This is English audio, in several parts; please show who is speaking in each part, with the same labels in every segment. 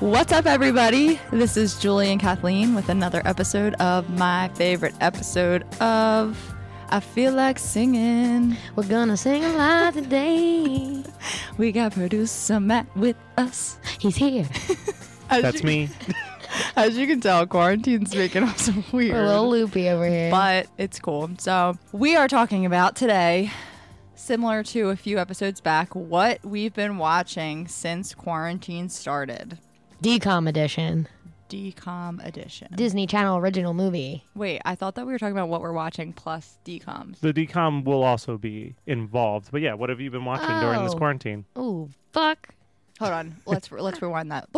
Speaker 1: What's up, everybody? This is Julie and Kathleen with another episode of my favorite episode of I Feel Like Singing.
Speaker 2: We're gonna sing a lot today.
Speaker 1: We got producer Matt with us.
Speaker 2: He's here.
Speaker 1: As
Speaker 3: That's
Speaker 1: you,
Speaker 3: me.
Speaker 1: As you can tell, quarantine's making us weird.
Speaker 2: We're a little loopy over here.
Speaker 1: but it's cool. So, we are talking about today, similar to a few episodes back, what we've been watching since quarantine started.
Speaker 2: Decom edition,
Speaker 1: Decom edition.
Speaker 2: Disney Channel original movie.
Speaker 1: Wait, I thought that we were talking about what we're watching plus decoms.
Speaker 3: The decom will also be involved. But yeah, what have you been watching during this
Speaker 2: Oh.
Speaker 3: quarantine?
Speaker 2: Ooh, fuck.
Speaker 1: Hold on, let's let's rewind that.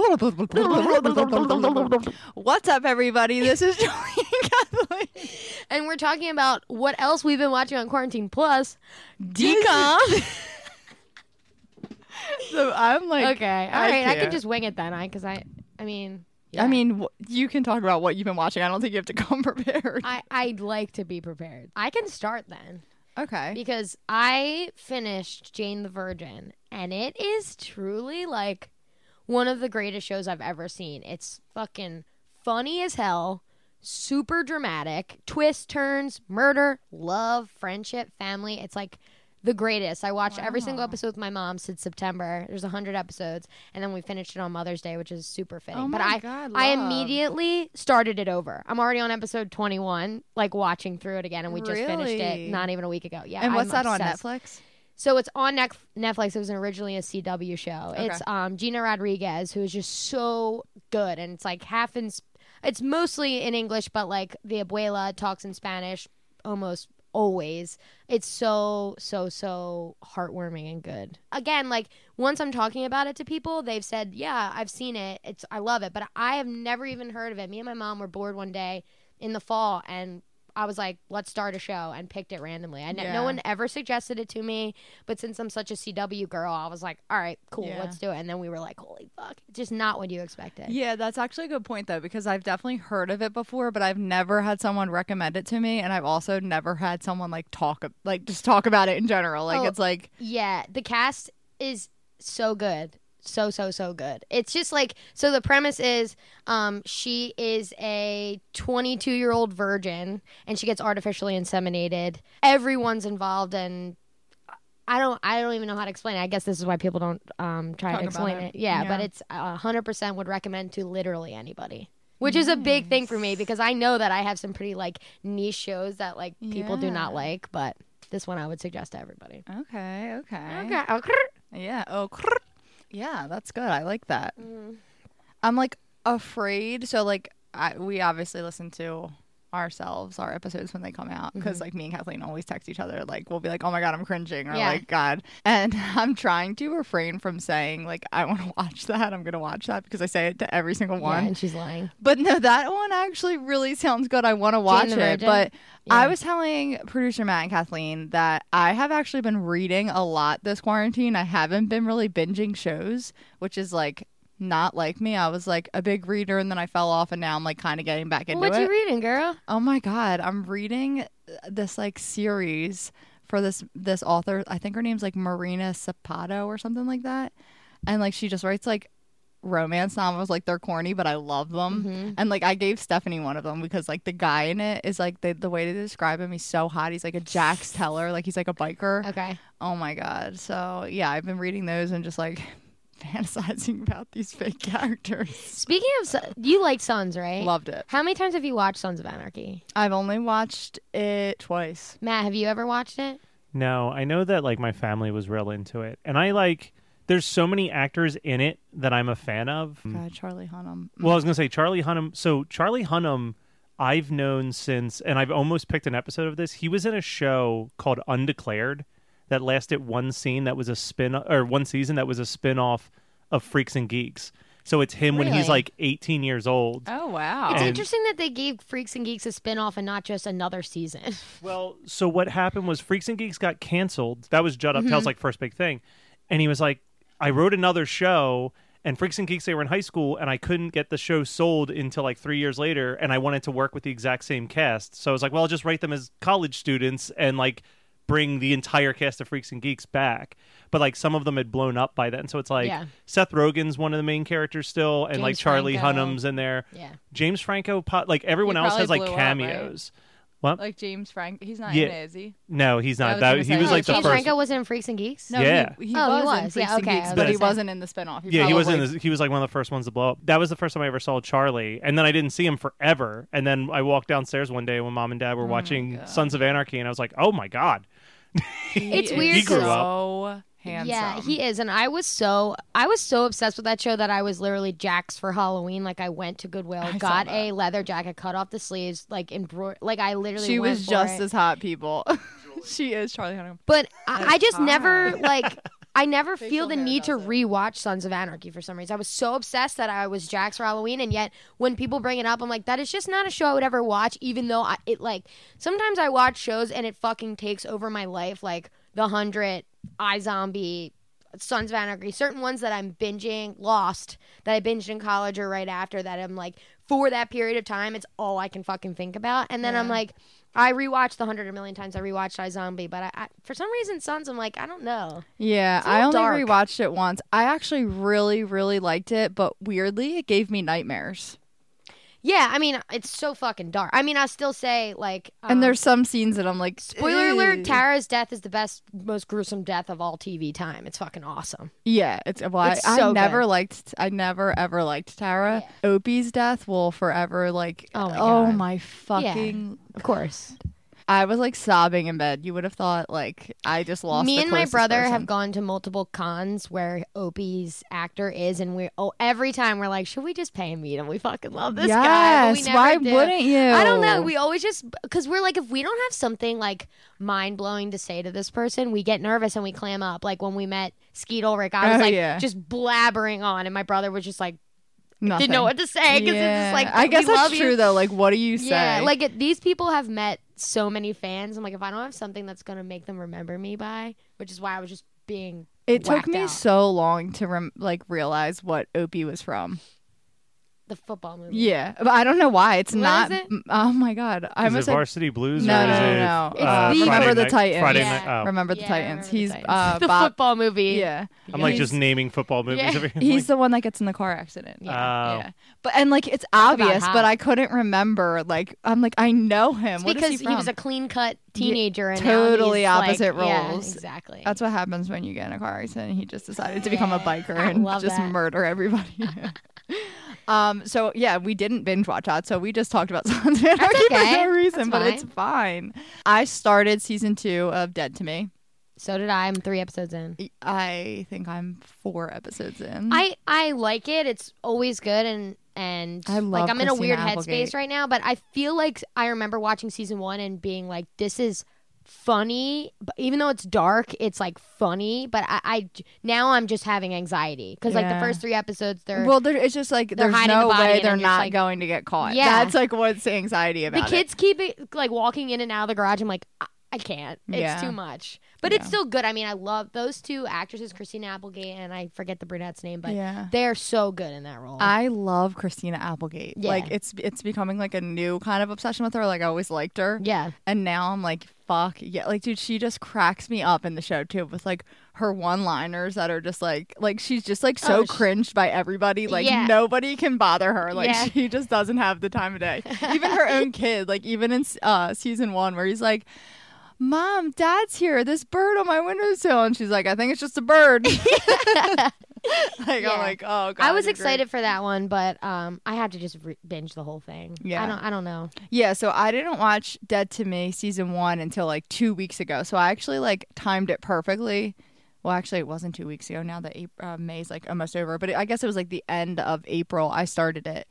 Speaker 1: What's up, everybody? This is Julie and Kathleen.
Speaker 2: And we're talking about what else we've been watching on quarantine plus.
Speaker 1: Decom. so I'm like,
Speaker 2: Okay, all
Speaker 1: I
Speaker 2: right. I,
Speaker 1: can't.
Speaker 2: can just wing it then, I because I, I mean, yeah.
Speaker 1: I mean, wh- you can talk about what you've been watching. I don't think you have to come prepared.
Speaker 2: I I'd like to be prepared. I can start then
Speaker 1: Okay.
Speaker 2: because I finished Jane the Virgin, and it is truly like one of the greatest shows I've ever seen. It's fucking funny as hell, super dramatic, twists, turns, murder, love, friendship, family. It's like the greatest. I watched every single episode with my mom since September. There's 100 episodes, and then we finished it on Mother's Day, which is super fitting.
Speaker 1: Oh
Speaker 2: but
Speaker 1: my
Speaker 2: I
Speaker 1: God,
Speaker 2: I
Speaker 1: love.
Speaker 2: immediately started it over. I'm already on episode 21, like watching through it again, and we just finished
Speaker 1: Really?
Speaker 2: it not even a week ago. Yeah.
Speaker 1: And what's
Speaker 2: I'm
Speaker 1: that on
Speaker 2: obsessed.
Speaker 1: Netflix?
Speaker 2: So it's on Nec- Netflix. It was originally a CW show.
Speaker 1: Okay.
Speaker 2: It's um, Gina Rodriguez, who is just so good, and it's like half in. Sp- it's mostly in English, but like the abuela talks in Spanish almost always. It's so so so heartwarming and good. Again, like once I'm talking about it to people, they've said, "Yeah, I've seen it. It's I love it," but I have never even heard of it. Me and my mom were bored one day in the fall, and I was like, "Let's start a show," and picked it randomly. I ne-
Speaker 1: Yeah.
Speaker 2: no one ever suggested it to me, but since I'm such a CW girl, I was like, "All right, cool,
Speaker 1: Yeah.
Speaker 2: let's do it." And then we were like, "Holy fuck!" Just not what you expected.
Speaker 1: Yeah, that's actually a good point though, because I've definitely heard of it before, but I've never had someone recommend it to me, and I've also never had someone like talk, like just talk about it in general. Like
Speaker 2: Oh,
Speaker 1: it's like
Speaker 2: Yeah, the cast is so good. So so so good. It's just like so the premise is um she is a 22-year-old virgin and she gets artificially inseminated. Everyone's involved and I don't I don't even know how to explain it. I guess this is why people don't um try
Speaker 1: Talk
Speaker 2: to
Speaker 1: about
Speaker 2: explain
Speaker 1: it.
Speaker 2: it. Yeah, but
Speaker 1: Yeah.
Speaker 2: it's uh, 100% would recommend to literally anybody. Which is a big thing for me because I know that I have some pretty like niche shows that like people do not
Speaker 1: Yeah.
Speaker 2: like, but this one I would suggest to everybody.
Speaker 1: okay, okay,
Speaker 2: Okay.
Speaker 1: yeah, oh, crrr. yeah, that's good. I like that.
Speaker 2: Mm.
Speaker 1: I'm like afraid. So like I, we obviously listen to ourselves our episodes when they come out because like me and Kathleen always text each other like we'll be like oh my god I'm cringing or
Speaker 2: Yeah.
Speaker 1: like God and I'm trying to refrain from saying like I want to watch that I'm gonna watch that because I say it to every single
Speaker 2: Yeah,
Speaker 1: one
Speaker 2: and she's lying.
Speaker 1: But no, that one actually really sounds good. I want to watch
Speaker 2: the
Speaker 1: it.
Speaker 2: Virgin?
Speaker 1: But I
Speaker 2: Yeah.
Speaker 1: was telling producer Matt and Kathleen that I have actually been reading a lot this quarantine. I haven't been really binging shows, which is like not like me. I was like a big reader and then I fell off and now I'm like kind of getting back into
Speaker 2: what
Speaker 1: it.
Speaker 2: you reading, girl?
Speaker 1: oh my god, I'm reading uh, this like series for this this author. I think her name's like Marina Sapato or something like that. And like she just writes like romance novels like they're corny but I love
Speaker 2: Mm-hmm.
Speaker 1: them. And like I gave Stephanie one of them because like the guy in it is like the the way to describe him he's so hot. He's like a Jax Teller, like he's like a biker.
Speaker 2: Okay.
Speaker 1: Oh my god. So yeah, I've been reading those and just like fantasizing about these fake characters.
Speaker 2: Speaking of, Son- you like Sons, right?
Speaker 1: Loved it.
Speaker 2: How many times have you watched Sons of Anarchy?
Speaker 1: I've only watched it twice.
Speaker 2: Matt, have you ever watched it?
Speaker 3: No, I know that like my family was real into it. And I like there's so many actors in it that I'm a fan of.
Speaker 2: Mm.
Speaker 1: God, Charlie Hunnam.
Speaker 3: Hmm. Well, I was gonna say Charlie Hunnam. So Charlie Hunnam, I've known since, and I've almost picked an episode of this. He was in a show called Undeclared that lasted one scene that was a spin or one season that was a spin off of Freaks and Geeks. So it's him when he's
Speaker 2: Really?
Speaker 3: like 18 years old.
Speaker 1: Oh wow!
Speaker 2: It's
Speaker 3: And-
Speaker 2: interesting that they gave Freaks and Geeks a spin-off and not just another season.
Speaker 3: Well, so what happened was Freaks and Geeks got canceled. That was Judd
Speaker 1: Mm-hmm.
Speaker 3: Apatow's like first big thing, and he was like, "I wrote another show." And Freaks and Geeks, they were in high school, and I couldn't get the show sold until like three years later. And I wanted to work with the exact same cast, so I was like, "Well, I'll just write them as college students and like bring the entire cast of Freaks and Geeks back. But like some of them had blown up by then, so it's like
Speaker 2: Yeah.
Speaker 3: Seth Rogen's one of the main characters still, and like
Speaker 2: James
Speaker 3: Charlie
Speaker 2: Franco.
Speaker 3: Hunnam's in there.
Speaker 2: Yeah.
Speaker 3: James Franco, po- like everyone else
Speaker 1: probably
Speaker 3: has like
Speaker 1: blew up, right?
Speaker 3: cameos.
Speaker 1: Like James Frank, he's not
Speaker 3: Yeah.
Speaker 1: in it, is he?
Speaker 3: No, he's
Speaker 1: I
Speaker 3: not.
Speaker 1: was
Speaker 3: That
Speaker 1: gonna
Speaker 3: he
Speaker 1: say-
Speaker 3: was
Speaker 1: Oh,
Speaker 3: like the
Speaker 2: James
Speaker 3: first.
Speaker 2: Franco wasn't in Freaks and Geeks.
Speaker 1: No,
Speaker 3: Yeah.
Speaker 1: he, he,
Speaker 2: Oh, he
Speaker 1: was in
Speaker 2: was.
Speaker 1: Freaks
Speaker 2: Yeah,
Speaker 1: and
Speaker 2: okay,
Speaker 1: Geeks,
Speaker 2: I was
Speaker 1: but
Speaker 3: gonna
Speaker 1: he
Speaker 2: say.
Speaker 1: wasn't in the spinoff. He
Speaker 3: yeah, he wasn't.
Speaker 1: probably-
Speaker 3: as- He was like one of the first ones to blow up. That was the first time I ever saw Charlie, and then I didn't see him forever. And then I walked downstairs one day when mom and dad were watching
Speaker 1: God.
Speaker 3: Sons of Anarchy, and I was like, "Oh my god!"
Speaker 1: He
Speaker 2: It's
Speaker 1: is
Speaker 2: weird
Speaker 3: He grew up.
Speaker 1: so handsome.
Speaker 2: Yeah, he is, and I was so I was so obsessed with that show that I was literally Jack's for Halloween. Like I went to Goodwill,
Speaker 1: I saw
Speaker 2: got
Speaker 1: that.
Speaker 2: a leather jacket, cut off the sleeves, like embroidered. Like I literally
Speaker 1: She
Speaker 2: went
Speaker 1: was
Speaker 2: for
Speaker 1: just
Speaker 2: it.
Speaker 1: as hot, people. she is Charlie Hunnam.
Speaker 2: But I, I just
Speaker 1: hot.
Speaker 2: never like I never feel
Speaker 1: Facial
Speaker 2: the
Speaker 1: hair
Speaker 2: need to
Speaker 1: does it.
Speaker 2: rewatch Sons of Anarchy for some reason. I was so obsessed that I was Jax for Halloween, and yet when people bring it up, I'm like, that is just not a show I would ever watch. Even though I, it like sometimes I watch shows and it fucking takes over my life, like The Hundred, I Zombie. Sons of Anarchy, certain ones that I'm binging, lost, that I binged in college or right after that I'm like, for that period of time, it's all I can fucking think about. And then I'm
Speaker 1: Yeah.
Speaker 2: like, I rewatched the hundred a million times. I rewatched iZombie, but I, I for some reason Sons, I'm like, I don't know.
Speaker 1: Yeah,
Speaker 2: It's a
Speaker 1: I only
Speaker 2: little dark.
Speaker 1: rewatched it once. I actually really, really liked it, but weirdly, it gave me nightmares.
Speaker 2: Yeah, I mean, it's so fucking dark. I mean, I still say like, um,
Speaker 1: and there's some scenes that I'm like,
Speaker 2: spoiler
Speaker 1: "Ew."
Speaker 2: alert: Tara's death is the best, most gruesome death of all TV time. It's fucking awesome.
Speaker 1: Yeah, it's well, I-
Speaker 2: It's
Speaker 1: I,
Speaker 2: so
Speaker 1: never
Speaker 2: good.
Speaker 1: liked, I never ever liked Tara. Opie's death will forever like,
Speaker 2: Oh my God.
Speaker 1: my fucking.
Speaker 2: Of course.
Speaker 1: I was like sobbing in bed. You would have thought like I just lost.
Speaker 2: Me
Speaker 1: the
Speaker 2: and my
Speaker 1: closest
Speaker 2: brother
Speaker 1: person.
Speaker 2: have gone to multiple cons where Opie's actor is, and we oh every time we're like, should we just pay him meet him? We fucking love this guy. but
Speaker 1: yes.
Speaker 2: we never
Speaker 1: why
Speaker 2: do.
Speaker 1: wouldn't you?
Speaker 2: I don't know. We always just because we're like, if we don't have something like mind blowing to say to this person, we get nervous and we clam up. Like when we met Skeet Ulrich, I was
Speaker 1: Oh,
Speaker 2: like
Speaker 1: yeah.
Speaker 2: just blabbering on, and my brother was just like
Speaker 1: Nothing.
Speaker 2: didn't know what to say because
Speaker 1: Yeah.
Speaker 2: it's just like
Speaker 1: I guess
Speaker 2: we
Speaker 1: that's
Speaker 2: love you.
Speaker 1: true though. Like, what do you say?
Speaker 2: Yeah, like it, these people have met so many fans. I'm like, if I don't have something that's gonna make them remember me by, which is why I was just being.
Speaker 1: it took
Speaker 2: whacked
Speaker 1: me
Speaker 2: out.
Speaker 1: so long to rem- like realize what Opie was from.
Speaker 2: the football movie.
Speaker 1: Yeah, but I don't know why it's
Speaker 2: What
Speaker 1: not.
Speaker 2: is it?
Speaker 1: m- Oh my god, I
Speaker 3: is it
Speaker 1: almost said
Speaker 3: Varsity Blues?
Speaker 1: No,
Speaker 3: or
Speaker 1: no,
Speaker 3: is
Speaker 1: no,
Speaker 3: it,
Speaker 1: no.
Speaker 2: It's
Speaker 3: uh,
Speaker 2: the-
Speaker 3: Friday
Speaker 1: Remember the
Speaker 3: night-
Speaker 1: Titans.
Speaker 3: Friday
Speaker 2: Yeah.
Speaker 3: night. Oh.
Speaker 1: Remember the
Speaker 2: Yeah, I
Speaker 1: Titans.
Speaker 2: remember the
Speaker 1: He's
Speaker 2: Titans.
Speaker 1: uh,
Speaker 2: the
Speaker 1: Bob.
Speaker 2: football movie.
Speaker 1: Yeah,
Speaker 3: I'm like
Speaker 1: He's-
Speaker 3: just naming football movies.
Speaker 2: Yeah.
Speaker 3: over here.
Speaker 1: he's
Speaker 3: Like,
Speaker 1: the one that gets in the car accident.
Speaker 2: Yeah.
Speaker 3: Oh.
Speaker 1: Yeah, but and like it's
Speaker 2: about
Speaker 1: obvious,
Speaker 2: how.
Speaker 1: but I couldn't remember. Like I'm like I know him.
Speaker 2: It's
Speaker 1: What is
Speaker 2: because
Speaker 1: he from?
Speaker 2: was a clean cut teenager and
Speaker 1: totally
Speaker 2: now he's
Speaker 1: opposite
Speaker 2: like, yeah,
Speaker 1: roles.
Speaker 2: exactly.
Speaker 1: That's what happens when you get in a car accident. He just decided to become a
Speaker 2: Yeah,
Speaker 1: biker
Speaker 2: I
Speaker 1: and
Speaker 2: love
Speaker 1: just
Speaker 2: that.
Speaker 1: murder everybody. um. So yeah, we didn't binge watch that. So we just talked about Sons of Anarchy for
Speaker 2: okay.
Speaker 1: no reason,
Speaker 2: That's
Speaker 1: but it's fine. I started season two of Dead to Me.
Speaker 2: so did I. I'm three episodes in.
Speaker 1: I think I'm four episodes in.
Speaker 2: I I like it. It's always good and and
Speaker 1: I love
Speaker 2: like I'm in a
Speaker 1: Christina
Speaker 2: weird
Speaker 1: Applegate.
Speaker 2: headspace right now, but I feel like I remember watching season 1 and being like this is funny, but even though it's dark, it's like funny, but I, I j- now I'm just having anxiety cuz like
Speaker 1: Yeah.
Speaker 2: the first 3 episodes they're
Speaker 1: well, there, it's just like there's
Speaker 2: hiding
Speaker 1: no
Speaker 2: the body
Speaker 1: way
Speaker 2: and
Speaker 1: they're
Speaker 2: I'm just
Speaker 1: not
Speaker 2: like-
Speaker 1: going to get caught.
Speaker 2: Yeah.
Speaker 1: that's like what's the anxiety
Speaker 2: the
Speaker 1: about. it.
Speaker 2: kids keep it, like walking in and out of the garage. I'm like, I, I can't. It's
Speaker 1: Yeah.
Speaker 2: too much. But it's
Speaker 1: Yeah.
Speaker 2: still good. I mean, I love those two actresses, Christina Applegate and I forget the brunette's name, but
Speaker 1: Yeah.
Speaker 2: they're so good in that role.
Speaker 1: I love Christina Applegate.
Speaker 2: Yeah.
Speaker 1: Like it's it's becoming like a new kind of obsession with her. Like I always liked her.
Speaker 2: yeah.
Speaker 1: And now I'm like, fuck yeah. Like, dude, she just cracks me up in the show too with like her one liners that are just like like she's just like so
Speaker 2: Oh, she-
Speaker 1: cringed by everybody. Like
Speaker 2: Yeah.
Speaker 1: nobody can bother her. Like
Speaker 2: Yeah.
Speaker 1: she just doesn't have the time of day. Even her own kid, like even in uh season one where he's like Mom, dad's here. This bird on my windowsill. And she's like, I think it's just a bird. like,
Speaker 2: Yeah.
Speaker 1: I'm like, oh, God.
Speaker 2: I was
Speaker 1: you're great."
Speaker 2: excited for that one, but um, I had to just re- binge the whole thing.
Speaker 1: Yeah.
Speaker 2: I don't. I don't know.
Speaker 1: Yeah, so I didn't watch Dead to Me season one until like two weeks ago. So I actually like timed it perfectly. Well, actually, it wasn't two weeks ago. Now that April, uh, May's like almost over, but it, I guess it was like the end of April. I started it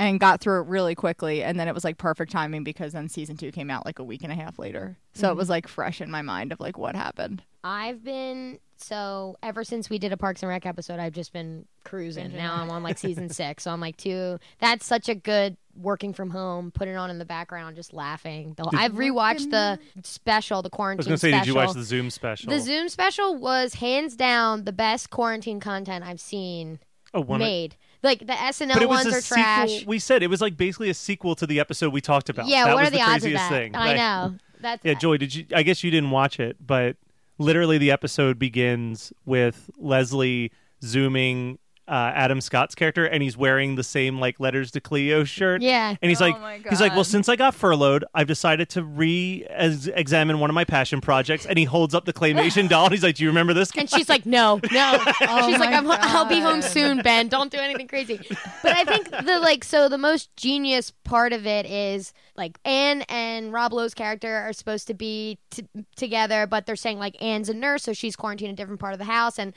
Speaker 1: and got through it really quickly, and then it was like perfect timing because then season two came out like a week and a half later. So it was like fresh in my mind of like what happened.
Speaker 2: I've been so ever since we did a Parks and Rec episode, I've just been cruising. Now I'm on like season six, so I'm like two. That's such a good working from home. Put it on in the background, just laughing. Though I've rewatched the special, the
Speaker 3: I
Speaker 2: quarantine.
Speaker 3: was gonna say,
Speaker 2: special.
Speaker 3: did you watch the Zoom special?
Speaker 2: The Zoom special was hands down the best quarantine content I've seen
Speaker 3: oh, one of-
Speaker 2: made. Like the SNL
Speaker 3: but it was
Speaker 2: ones
Speaker 3: a
Speaker 2: are
Speaker 3: sequel.
Speaker 2: trash.
Speaker 3: We said it was like basically a sequel to the episode we talked about.
Speaker 2: Yeah,
Speaker 3: that
Speaker 2: what
Speaker 3: was
Speaker 2: are the, odds of that?
Speaker 3: craziest thing.
Speaker 2: I
Speaker 3: Like,
Speaker 2: know. That's
Speaker 3: Yeah, Joy, did you? I guess you didn't watch it, but literally the episode begins with Leslie zooming uh, Adam Scott's character, and he's wearing the same like letters to Cleo shirt.
Speaker 2: Yeah.
Speaker 3: and he's
Speaker 1: Oh
Speaker 3: like,
Speaker 1: my
Speaker 3: he's like, well,
Speaker 1: God.
Speaker 3: since I got furloughed, I've decided to re-examine one of my passion projects, and he holds up the claymation doll, and he's like, do you remember this?
Speaker 2: And she's like, no, no.
Speaker 1: Oh
Speaker 2: she's like,
Speaker 1: my
Speaker 2: I'm, I'll be home
Speaker 1: God.
Speaker 2: soon, Ben. Don't do anything crazy. But I think the like, so the most genius part of it is like Anne and Rob Lowe's character are supposed to be t- together, but they're saying like Anne's a nurse, so she's quarantined in a different part of the house, and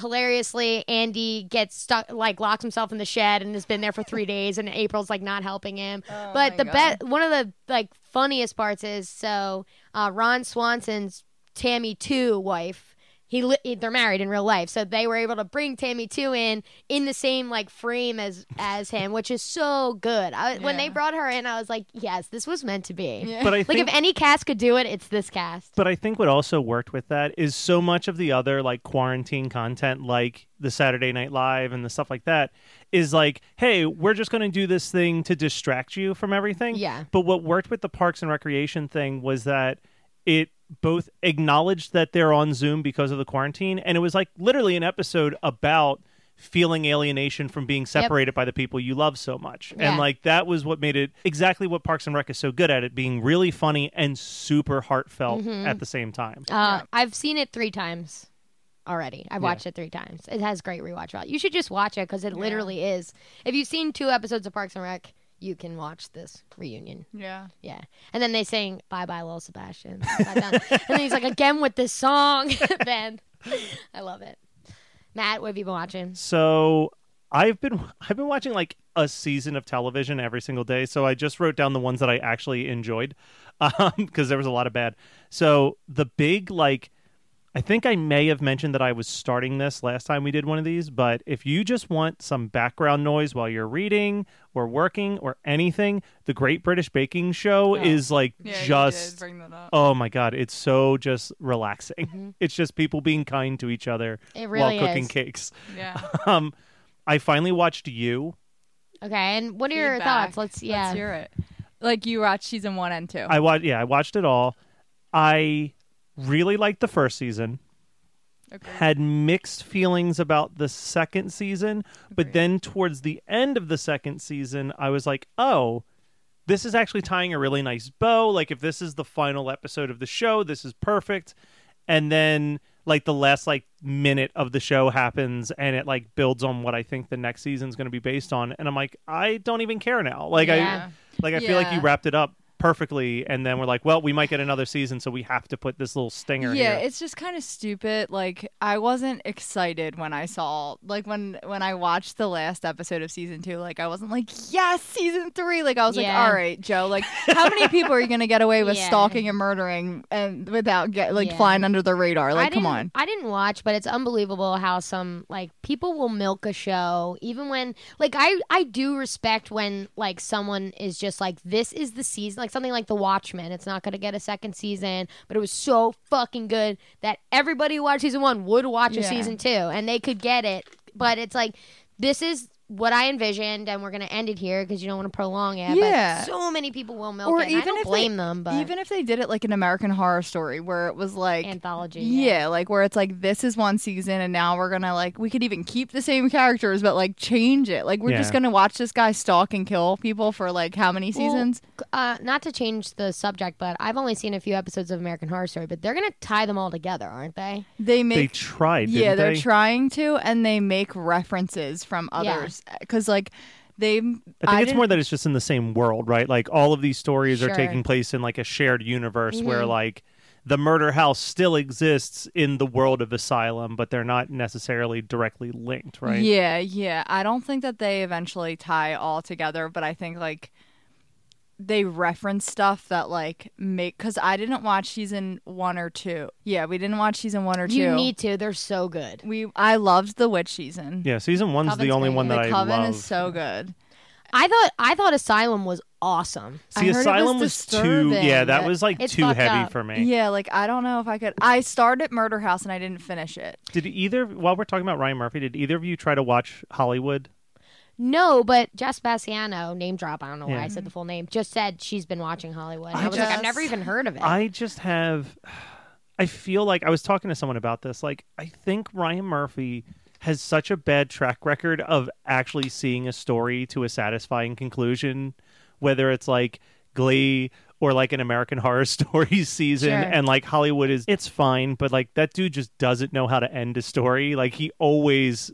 Speaker 2: hilariously andy gets stuck like locks himself in the shed and has been there for three days and april's like not helping him but
Speaker 1: Oh my
Speaker 2: the
Speaker 1: God.
Speaker 2: be- one of the like funniest parts is so uh, ron swanson's tammy 2 wife he li- they're married in real life so they were able to bring tammy 2 in in the same like frame as as him which is so good I, when they
Speaker 1: Yeah.
Speaker 2: brought her in i was like yes this was meant to be
Speaker 1: Yeah.
Speaker 3: but I
Speaker 2: like
Speaker 3: think
Speaker 2: if any cast could do it it's this cast
Speaker 3: But I think what also worked with that is so much of the other like quarantine content, like the Saturday Night Live and the stuff like that, is like, hey, we're just going to do this thing to distract you from everything.
Speaker 2: Yeah.
Speaker 3: But what worked with the Parks and Recreation thing was that it both acknowledged that they're on Zoom because of the quarantine, and it was like literally an episode about feeling alienation from being separated by the people you love so much.
Speaker 2: Yeah.
Speaker 3: And like that was what made it exactly what Parks and Rec is so good at it being really funny and super heartfelt
Speaker 1: Mm-hmm.
Speaker 3: at the same time.
Speaker 2: Uh, I've seen it three times already. I've
Speaker 3: Yeah.
Speaker 2: watched it three times. It has great rewatch value. You should just watch it because it literally is. If you've seen two episodes of Parks and Rec, you can watch this reunion.
Speaker 1: Yeah.
Speaker 2: Yeah. And then they sing Bye Bye Lil Sebastian. and then he's like, again with this song, Ben. I love it. Matt, what have you been watching?
Speaker 3: So I've been I've been watching like a season of television every single day. So I just wrote down the ones that I actually enjoyed because there was a lot of bad. So the big like I think I may have mentioned that I was starting this last time we did one of these, but if you just want some background noise while you're reading or working or anything, The Great British Baking Show is like
Speaker 1: Oh. Yeah, you did
Speaker 3: just
Speaker 1: bring that up.
Speaker 3: oh my god, it's so just relaxing.
Speaker 1: Mm-hmm.
Speaker 3: It's just people being kind to each other
Speaker 2: It really
Speaker 3: while cooking
Speaker 2: is.
Speaker 3: cakes
Speaker 1: Yeah.
Speaker 3: um I finally watched you.
Speaker 2: Okay. And what are your
Speaker 1: Feedback.
Speaker 2: thoughts? Let's, yeah.
Speaker 1: Let's hear it. Like you watched season one and two.
Speaker 3: I
Speaker 2: Oh.
Speaker 3: watched yeah, I watched it all. I really liked the first season.
Speaker 1: Agreed.
Speaker 3: Had mixed feelings about the second season, but
Speaker 1: Agreed.
Speaker 3: then towards the end of the second season, I was like, "Oh, this is actually tying a really nice bow. Like if this is the final episode of the show, this is perfect." And then like the last like minute of the show happens and it like builds on what I think the next season's going to be based on, and I'm like, "I don't even care now." Like I
Speaker 2: Yeah.
Speaker 3: Like I feel like you
Speaker 1: Yeah.
Speaker 3: wrapped it up perfectly, and then we're like, well, we might get another season, so we have to put this little stinger.
Speaker 1: yeah,
Speaker 3: here.
Speaker 1: it's just kind of stupid. Like I wasn't excited when I saw like when when I watched the last episode of season 2, like I wasn't like, "Yes, season 3." Like I was
Speaker 2: Yeah.
Speaker 1: like, "All right, Joe, like how many people are you going to get away with
Speaker 2: Yeah.
Speaker 1: stalking and murdering and without get, like
Speaker 2: Yeah.
Speaker 1: flying under the radar?
Speaker 2: I
Speaker 1: Like come
Speaker 2: didn't-
Speaker 1: on."
Speaker 2: I didn't watch, but it's unbelievable how some like people will milk a show even when like I I do respect when like someone is just like this is the season like something like The Watchmen. It's not going to get a second season, but it was so fucking good that everybody who watched season 1 would watch a
Speaker 1: Yeah.
Speaker 2: season 2 and they could get it. But it's like this is what I envisioned, and we're gonna end it here because you don't want to prolong it.
Speaker 1: Yeah.
Speaker 2: But so many people will milk
Speaker 1: Or
Speaker 2: it. and I
Speaker 1: even
Speaker 2: don't
Speaker 1: if they-
Speaker 2: blame them, but
Speaker 1: Even if they did it like an American horror story where it was like
Speaker 2: anthology.
Speaker 1: Yeah. like where it's like this is one season and now we're gonna like we could even keep the same characters but like change it. Like we're just
Speaker 3: Yeah.
Speaker 1: gonna watch this guy stalk and kill people for like how many
Speaker 2: Well,
Speaker 1: seasons?
Speaker 2: uh, not to change the subject, but I've only seen a few episodes of American Horror Story, but they're gonna tie them all together, aren't they?
Speaker 1: they
Speaker 3: they
Speaker 1: make
Speaker 3: tried.
Speaker 1: yeah,
Speaker 3: didn't
Speaker 1: they're
Speaker 3: they?
Speaker 1: trying to and they make references from others because like they. I think
Speaker 3: I think it's more that it's just in the same world, right? Like all of these stories are
Speaker 2: Sure.
Speaker 3: taking place in like a shared universe
Speaker 1: Mm-hmm.
Speaker 3: where like the murder house still exists in the world of Asylum, but they're not necessarily directly linked, right?
Speaker 1: Yeah, yeah. I don't think that they eventually tie all together, but I think like they reference stuff that like make because I didn't watch season one or two. Yeah, we didn't watch season one or two.
Speaker 2: You need to. They're so good.
Speaker 1: We I loved the witch season.
Speaker 3: Yeah, season one's the
Speaker 2: Coven's
Speaker 3: only
Speaker 2: great.
Speaker 3: one
Speaker 1: the
Speaker 3: that I
Speaker 1: coven
Speaker 3: love.
Speaker 1: is so good.
Speaker 2: I thought I thought Asylum was awesome.
Speaker 1: I
Speaker 3: See,
Speaker 1: heard it was
Speaker 3: Asylum was, too.
Speaker 1: disturbing.
Speaker 3: Yeah, that
Speaker 1: It-
Speaker 3: was like
Speaker 2: it's
Speaker 3: too
Speaker 2: fucked
Speaker 3: heavy
Speaker 2: up.
Speaker 3: for me.
Speaker 1: Yeah, like I don't know if I could. I started Murder House and I didn't finish it.
Speaker 3: Did either while we're talking about Ryan Murphy, did either of you try to watch Hollywood?
Speaker 2: No, but Jess Bassiano, name drop. I don't know why
Speaker 3: Yeah.
Speaker 2: I said the full name. Just said she's been watching Hollywood. And
Speaker 3: I
Speaker 2: I, was like, I've
Speaker 1: just-
Speaker 2: never even heard of it.
Speaker 3: I just have. I feel like I was talking to someone about this. Like, I think Ryan Murphy has such a bad track record of actually seeing a story to a satisfying conclusion, whether it's like Glee or like an American Horror Story season.
Speaker 2: Sure.
Speaker 3: And like Hollywood is, it's fine, but like that dude just doesn't know how to end a story. Like, he always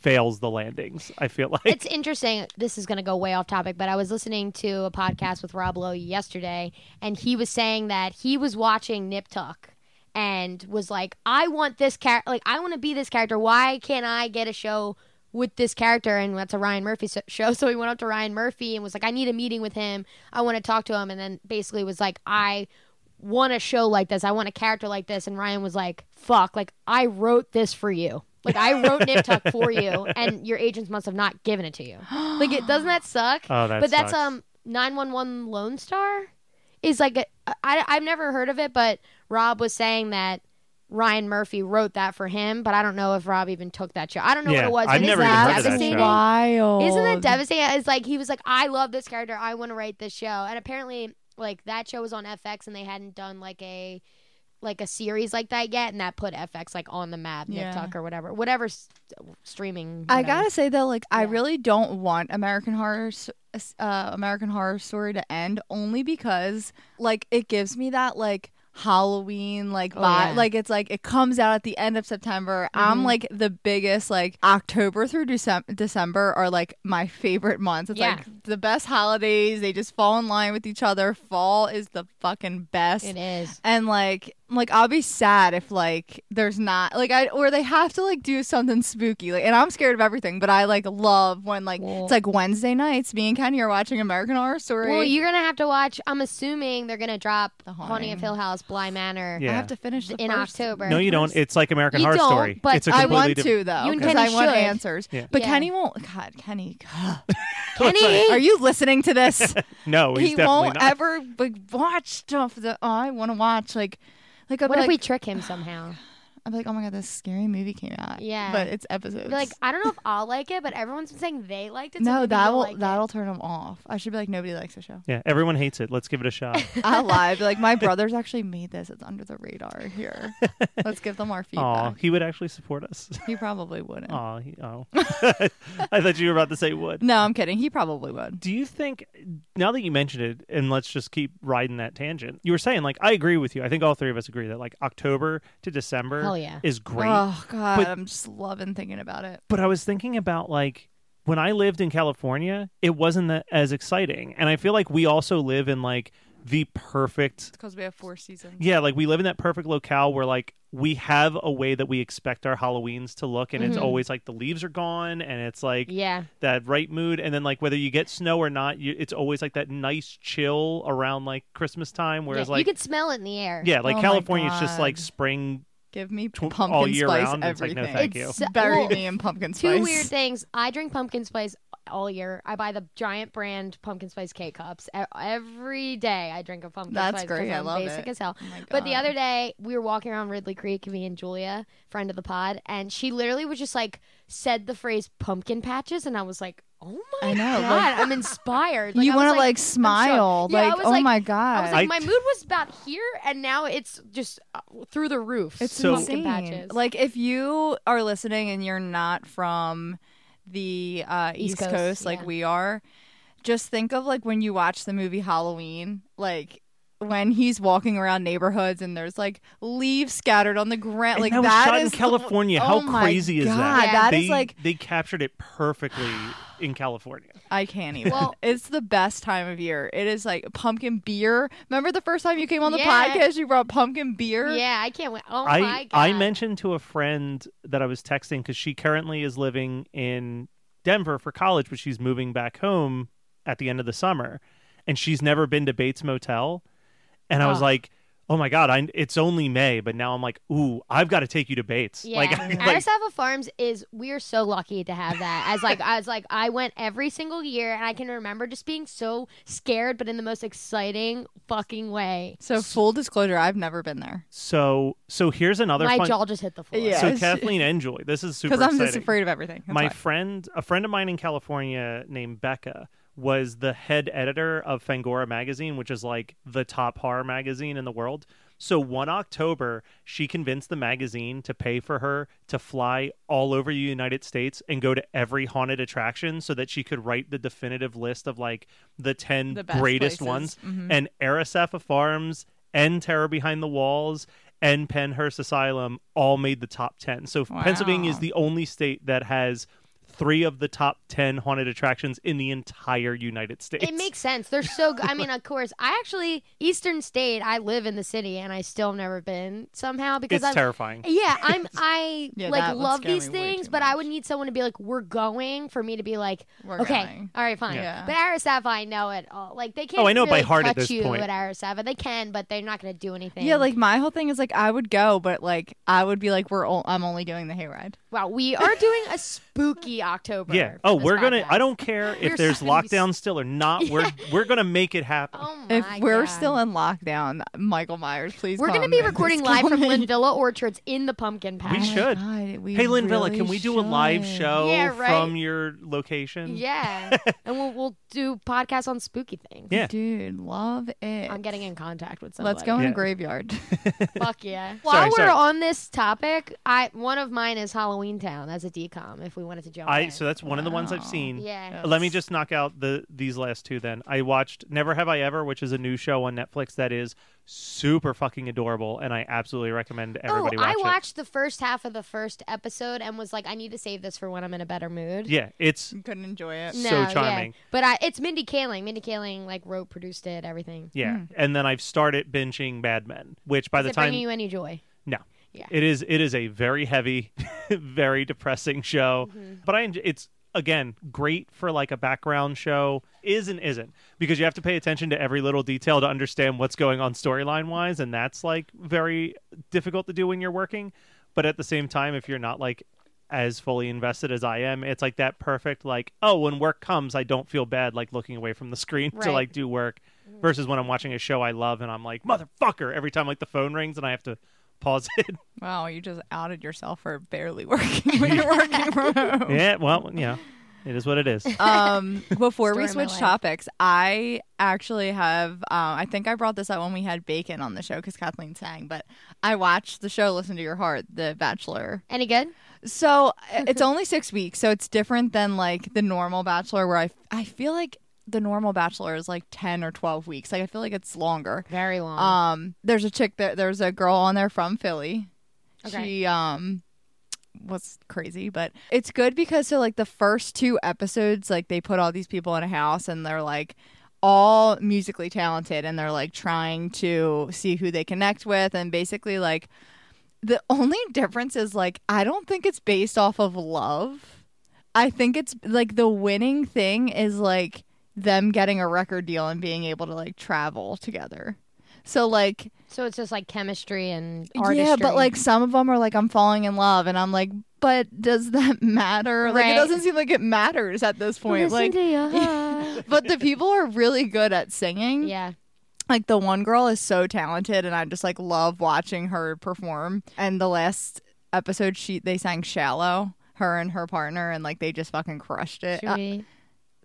Speaker 3: fails the landings, I feel like.
Speaker 2: it's interesting. This is going to go way off topic, but I was listening to a podcast with Rob Lowe yesterday, and he was saying that he was watching Nip Tuck and was like, I want this character. Like, I want to be this character. Why can't I get a show with this character? And that's a Ryan Murphy so- show. So he went up to Ryan Murphy and was like, I need a meeting with him. I want to talk to him. And then basically was like, I want a show like this. I want a character like this. And Ryan was like, fuck, like, I wrote this for you. Like, I wrote Nip Tuck for you, and your agents must have not given it to you. Like, it doesn't that suck?
Speaker 3: Oh, that
Speaker 2: but that's
Speaker 3: sucks.
Speaker 2: um 911 Lone Star is like, a, I, I've never heard of it, but Rob was saying that Ryan Murphy wrote that for him, but I don't know if Rob even took that show. I don't know
Speaker 3: Yeah,
Speaker 2: what it was.
Speaker 3: I've
Speaker 2: but
Speaker 3: never
Speaker 2: isn't
Speaker 3: even
Speaker 2: that
Speaker 3: heard of that
Speaker 2: devastating?
Speaker 3: show.
Speaker 1: Wild.
Speaker 2: Isn't that devastating? It's like he was like, I love this character. I want to write this show. And apparently, like that show was on FX, and they hadn't done like a like a series like that yet, and that put FX like on the map,
Speaker 1: Yeah.
Speaker 2: Nip Tuck or whatever, whatever s- streaming.
Speaker 1: I
Speaker 2: whatever.
Speaker 1: gotta say though, like I
Speaker 2: Yeah.
Speaker 1: really don't want American Horror S- uh, American Horror Story to end, only because like it gives me that like Halloween like
Speaker 2: Oh,
Speaker 1: vibe.
Speaker 2: yeah.
Speaker 1: Like it's like it comes out at the end of September. I'm
Speaker 2: Mhm.
Speaker 1: like the biggest like October through Decem- December are like my favorite months. It's
Speaker 2: Yeah.
Speaker 1: like the best holidays. They just fall in line with each other. Fall is the fucking best.
Speaker 2: It is.
Speaker 1: and like like I'll be sad if like there's not like I or they have to like do something spooky like and I'm scared of everything but I like love when like
Speaker 2: Well-
Speaker 1: it's like Wednesday nights me and Kenny are watching American Horror Story.
Speaker 2: Well, you're gonna have to watch. I'm assuming they're gonna drop
Speaker 1: The
Speaker 2: Haunting
Speaker 1: Haunting.
Speaker 2: of Hill House, Bly Manor.
Speaker 3: Yeah.
Speaker 1: I have to finish the
Speaker 2: In
Speaker 1: first-
Speaker 2: October.
Speaker 3: no, you don't. It's like American
Speaker 2: You
Speaker 3: Horror
Speaker 2: don't,
Speaker 3: Story.
Speaker 2: but
Speaker 3: it's a
Speaker 1: I
Speaker 2: I
Speaker 3: completely
Speaker 1: want
Speaker 3: different-
Speaker 1: to though
Speaker 2: You and
Speaker 1: 'cause I
Speaker 2: Kenny
Speaker 1: want
Speaker 2: should.
Speaker 1: answers.
Speaker 3: Yeah.
Speaker 1: But
Speaker 2: Yeah.
Speaker 1: Kenny won't. God, Kenny,
Speaker 2: Kenny!
Speaker 1: are you listening to this?
Speaker 3: No, Oh, he's
Speaker 1: he
Speaker 3: definitely
Speaker 1: won't
Speaker 3: not.
Speaker 1: ever like, watch stuff that oh, I want to watch. Like, like I'm
Speaker 2: What
Speaker 1: like,
Speaker 2: if we trick him somehow?
Speaker 1: I'm like, oh my god, this scary movie came out.
Speaker 2: Yeah.
Speaker 1: but it's episodes.
Speaker 2: Be like, I don't know if I'll like it, but everyone's been saying they liked it. so
Speaker 1: no,
Speaker 2: maybe
Speaker 1: that
Speaker 2: you'll
Speaker 1: will
Speaker 2: like it.
Speaker 1: that'll turn him off. I should be like, nobody likes the show.
Speaker 3: Yeah, everyone hates it. Let's give it a shot.
Speaker 1: I lied. Like my brothers actually made this. It's under the radar here. Let's give them our
Speaker 3: Aw,
Speaker 1: feedback.
Speaker 3: he would actually support us.
Speaker 1: He probably wouldn't.
Speaker 3: Aw, he, oh. I thought you were about to say would.
Speaker 1: No, I'm kidding. He probably would.
Speaker 3: Do you think, now that you mentioned it, and let's just keep riding that tangent, you were saying, like, I agree with you. I think all three of us agree that, like, October to December
Speaker 2: Hell yeah.
Speaker 3: is great.
Speaker 1: Oh God,
Speaker 3: But-
Speaker 1: I'm just loving thinking about it.
Speaker 3: but I was thinking about, like, when I lived in California, it wasn't that as exciting. And I feel like we also live in, like, the perfect
Speaker 1: Because we have four seasons.
Speaker 3: Yeah, like we live in that perfect locale where like we have a way that we expect our Halloweens to look and it's
Speaker 1: Mm-hmm.
Speaker 2: Mhm.
Speaker 3: always like the leaves are gone and it's like
Speaker 2: Yeah.
Speaker 3: that right mood and then like whether you get snow or not, you, it's always like that nice chill around like Christmas time whereas
Speaker 2: yeah.
Speaker 3: like
Speaker 2: you can smell it in the air.
Speaker 3: yeah, like
Speaker 1: Oh my
Speaker 3: California it's just like
Speaker 1: God.
Speaker 3: spring
Speaker 1: Give me
Speaker 3: Tw- all
Speaker 1: pumpkin
Speaker 3: year
Speaker 1: spice
Speaker 3: round, it's like,
Speaker 1: everything.
Speaker 3: no, thank you.
Speaker 2: It's-
Speaker 1: Bury
Speaker 2: well,
Speaker 1: me in pumpkin
Speaker 2: Two
Speaker 1: spice.
Speaker 2: weird things. I drink pumpkin spice all year. I buy the giant brand pumpkin spice K cups E- every day. I drink a pumpkin
Speaker 1: That's
Speaker 2: spice. 'cause
Speaker 1: great. I
Speaker 2: I'm
Speaker 1: love
Speaker 2: basic
Speaker 1: it.
Speaker 2: as hell.
Speaker 1: Oh my
Speaker 2: But the
Speaker 1: God.
Speaker 2: other day, we were walking around Ridley Creek, me and Julia, friend of the pod, and she literally was just like said the phrase pumpkin patches, and I was like, oh my
Speaker 1: I know,
Speaker 2: god,
Speaker 1: like-
Speaker 2: I'm inspired.
Speaker 1: you
Speaker 2: want to
Speaker 1: like, smile?
Speaker 2: Yeah, I
Speaker 1: like,
Speaker 2: was
Speaker 1: oh
Speaker 2: like-
Speaker 1: my God.
Speaker 2: I was like,
Speaker 3: I-
Speaker 2: my mood was about here, and now it's just uh, through the roof.
Speaker 1: It's
Speaker 3: So-
Speaker 2: pumpkin
Speaker 1: insane.
Speaker 2: patches.
Speaker 1: Like if you are listening and you're not from the uh, East,
Speaker 2: East
Speaker 1: Coast,
Speaker 2: Coast,
Speaker 1: like
Speaker 2: yeah.
Speaker 1: we are, just think of like when you watch the movie Halloween, like when he's walking around neighborhoods and there's like leaves scattered on the ground.
Speaker 3: and
Speaker 1: Like
Speaker 3: that was
Speaker 1: that
Speaker 3: shot
Speaker 1: is-
Speaker 3: in California.
Speaker 1: oh
Speaker 3: How
Speaker 1: my
Speaker 3: crazy is that?
Speaker 1: God,
Speaker 2: Yeah.
Speaker 1: that
Speaker 3: they,
Speaker 1: is, like-
Speaker 3: they captured it perfectly in California.
Speaker 1: I can't even.
Speaker 2: Well-
Speaker 1: it's the best time of year. It is like pumpkin beer. Remember the first time you came on the
Speaker 2: Yeah.
Speaker 1: podcast, you brought pumpkin beer.
Speaker 2: yeah, I can't wait. Oh my
Speaker 3: I
Speaker 2: god,
Speaker 3: I mentioned to a friend that I was texting because she currently is living in Denver for college, but she's moving back home at the end of the summer, and she's never been to Bates Motel, and I was
Speaker 2: Oh.
Speaker 3: like, oh my god, I it's only May, but now I'm like, ooh, I've got to take you to Bates.
Speaker 2: Yeah,
Speaker 3: Like, like
Speaker 2: Aristotle Farms is we're so lucky to have that. As like as like I went every single year, and I can remember just being so scared, but in the most exciting fucking way.
Speaker 1: So full disclosure, I've never been there
Speaker 3: so so here's another
Speaker 2: My
Speaker 3: fun.
Speaker 2: jaw just hit the floor.
Speaker 1: Yeah.
Speaker 3: So
Speaker 1: Yes.
Speaker 3: Kathleen Enjoy, this is super
Speaker 1: because I'm
Speaker 3: exciting.
Speaker 1: just afraid of everything. That's
Speaker 3: my
Speaker 1: why.
Speaker 3: friend a friend of mine in california named becca was the head editor of fangora magazine which is like the top horror magazine in the world so one october she convinced the magazine to pay for her to fly all over the united states and go to every haunted attraction so that she could write the definitive list of like the 10
Speaker 1: The best
Speaker 3: greatest
Speaker 1: places.
Speaker 3: ones
Speaker 2: Mm-hmm.
Speaker 1: Mhm.
Speaker 3: and Arasafa Farms and Terror Behind the Walls and Penhurst Asylum all made the top 10. So
Speaker 1: Wow.
Speaker 3: Pennsylvania is the only state that has three of the top 10 haunted attractions in the entire United States.
Speaker 2: It makes sense. They're so good. I mean, of course, I actually Eastern State. I live in the city, and I still never been somehow because
Speaker 3: it's
Speaker 2: I.
Speaker 3: terrifying.
Speaker 2: Yeah, I'm. I
Speaker 1: Yeah,
Speaker 2: like
Speaker 1: that would
Speaker 2: love
Speaker 1: scare
Speaker 2: these
Speaker 1: me way
Speaker 2: things,
Speaker 1: too
Speaker 2: but I
Speaker 1: much.
Speaker 2: would need someone to be like, "We're going" for me to be like,
Speaker 1: We're
Speaker 2: "Okay,
Speaker 1: going.
Speaker 2: all right, fine."
Speaker 1: Yeah.
Speaker 2: But Arasaf, I know it all. Like they can't.
Speaker 3: Oh, I know it by
Speaker 2: really
Speaker 3: heart at
Speaker 2: touch
Speaker 3: this
Speaker 2: you
Speaker 3: point.
Speaker 2: At Arasaf, they can, but they're not going to do anything.
Speaker 1: Yeah, like my whole thing is like I would go, but like I would be like we're all, I'm only doing the hayride.
Speaker 2: wow, we are doing a spooky October.
Speaker 3: Yeah.
Speaker 2: for
Speaker 3: Oh,
Speaker 2: this
Speaker 3: we're going to
Speaker 2: podcast.
Speaker 3: I don't care
Speaker 2: We're
Speaker 3: if there's
Speaker 2: so gonna be
Speaker 3: lockdown still or not. We're we're going to make it happen.
Speaker 2: Oh my
Speaker 1: If we're
Speaker 2: God.
Speaker 1: still in lockdown, Michael Myers, please.
Speaker 2: We're
Speaker 1: going to
Speaker 2: be recording live from Lynn Oh
Speaker 1: Linville.
Speaker 2: Villa Orchards in the pumpkin patch.
Speaker 3: We should. hey Lynn Villa, can we do a live show
Speaker 2: Yeah, right.
Speaker 3: from your location?
Speaker 2: Yeah, and we'll we'll do podcasts on spooky things.
Speaker 3: Yeah.
Speaker 1: Dude, love it.
Speaker 2: I'm getting in contact with somebody.
Speaker 1: Let's go in
Speaker 3: Yeah.
Speaker 1: a graveyard.
Speaker 2: Fuck yeah. While
Speaker 3: Sorry,
Speaker 2: we're
Speaker 3: sorry.
Speaker 2: on this topic, I one of mine is Halloween Town as a decom if we wanted to jump
Speaker 3: I
Speaker 2: in.
Speaker 3: so that's one of the ones I've
Speaker 1: Wow.
Speaker 3: seen.
Speaker 2: yeah.
Speaker 1: Oh.
Speaker 3: Let me just knock out the these last two then. I watched Never Have I Ever, which is a new show on Netflix that is super fucking adorable and I absolutely recommend everybody
Speaker 2: oh,
Speaker 3: watch
Speaker 2: I
Speaker 3: it.
Speaker 2: watched the first half of the first episode and was like, I need to save this for when I'm in a better mood.
Speaker 3: Yeah, it's
Speaker 1: Couldn't enjoy it.
Speaker 3: so
Speaker 2: No, yeah.
Speaker 3: charming.
Speaker 2: But I, it's Mindy Kaling. Mindy Kaling like wrote, produced it, everything.
Speaker 3: yeah. And then I've started binging Mad Men, which by
Speaker 2: Is Mm-hmm.
Speaker 3: the
Speaker 2: it
Speaker 3: time
Speaker 2: bringing you any joy?
Speaker 3: No.
Speaker 2: Yeah.
Speaker 3: It is it is a very heavy, very depressing show.
Speaker 2: Mm-hmm.
Speaker 3: But I enj- it's again great for like a background show is and isn't because you have to pay attention to every little detail to understand what's going on storyline wise and that's like very difficult to do when you're working. But at the same time if you're not like as fully invested as I am, it's like that perfect like oh when work comes I don't feel bad like looking away from the screen to
Speaker 2: Right. Mm-hmm.
Speaker 3: like do work versus when I'm watching a show I love and I'm like motherfucker every time like the phone rings and I have to pause it
Speaker 1: Wow, you just outed yourself for barely working when you're working from home.
Speaker 3: Yeah, well, yeah. It is what it is.
Speaker 1: um before we
Speaker 2: Story of my
Speaker 1: switch
Speaker 2: life.
Speaker 1: topics i actually have um i think i brought this up when we had bacon on the show because kathleen sang but i watched the show listen to your heart the bachelor
Speaker 2: Any good?
Speaker 1: so uh, it's only six weeks so it's different than like the normal bachelor where i i feel like the normal bachelor is like 10 or 12 weeks like i feel like it's longer
Speaker 2: Very long.
Speaker 1: um there's a chick that there's a girl on there from philly
Speaker 2: Okay.
Speaker 1: she um was crazy, but it's good because so like the first two episodes, like they put all these people in a house and they're like all musically talented and they're like trying to see who they connect with and basically like the only difference is like I don't think it's based off of love. I think it's like the winning thing is like them getting a record deal and being able to like travel together. So like
Speaker 2: so it's just like chemistry and artistry.
Speaker 1: yeah, but like some of them are like, I'm falling in love, and I'm like, but does that matter? Like,
Speaker 2: Right.
Speaker 1: it doesn't seem like it matters at this point.
Speaker 2: Listen
Speaker 1: Like,
Speaker 2: to your heart.
Speaker 1: but the people are really good at singing.
Speaker 2: yeah.
Speaker 1: Like, the one girl is so talented, and I just like love watching her perform. And the last episode, she they sang "Shallow," her and her partner, and like they just fucking crushed it.
Speaker 2: Should we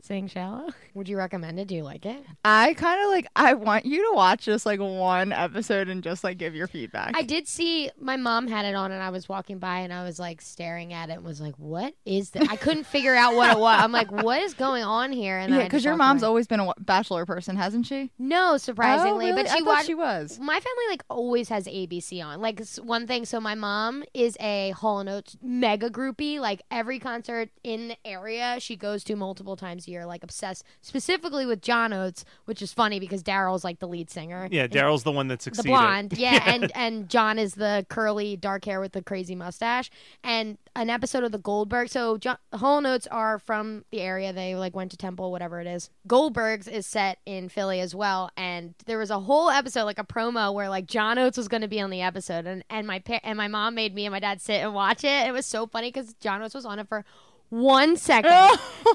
Speaker 2: sing shallow? Uh, Would you recommend it? Do you like it?
Speaker 1: I kind of like. I want you to watch just like one episode and just like give your feedback.
Speaker 2: I did see my mom had it on, and I was walking by, and I was like staring at it, and was like, "What is that?" I couldn't figure out what it was. I'm like, "What is going on here?" And
Speaker 1: yeah,
Speaker 2: because
Speaker 1: because your mom's always been a wa- bachelor person, hasn't she?
Speaker 2: no, surprisingly,
Speaker 1: Oh, really?
Speaker 2: but
Speaker 1: I
Speaker 2: she
Speaker 1: thought
Speaker 2: watched.
Speaker 1: she was.
Speaker 2: my family like always has ABC on. Like it's one thing, so my mom is a Hall and Oates mega groupie. Like every concert in the area she goes to multiple times a year, like obsessed specifically with John Oates, which is funny because Daryl's like the lead singer.
Speaker 3: Yeah,
Speaker 2: And-
Speaker 3: Daryl's the one that
Speaker 2: the
Speaker 3: succeeded.
Speaker 2: blonde, yeah, and and John is the curly dark hair with the crazy mustache, and an episode of the Goldberg. So John, Hall Notes are from the area. They like went to Temple, whatever it is. Goldberg's is set in Philly as well, and there was a whole episode, like a promo, where like John Oates was going to be on the episode, and and my par- and my mom made me and my dad sit and watch it. It was so funny because John Oates was on it for one second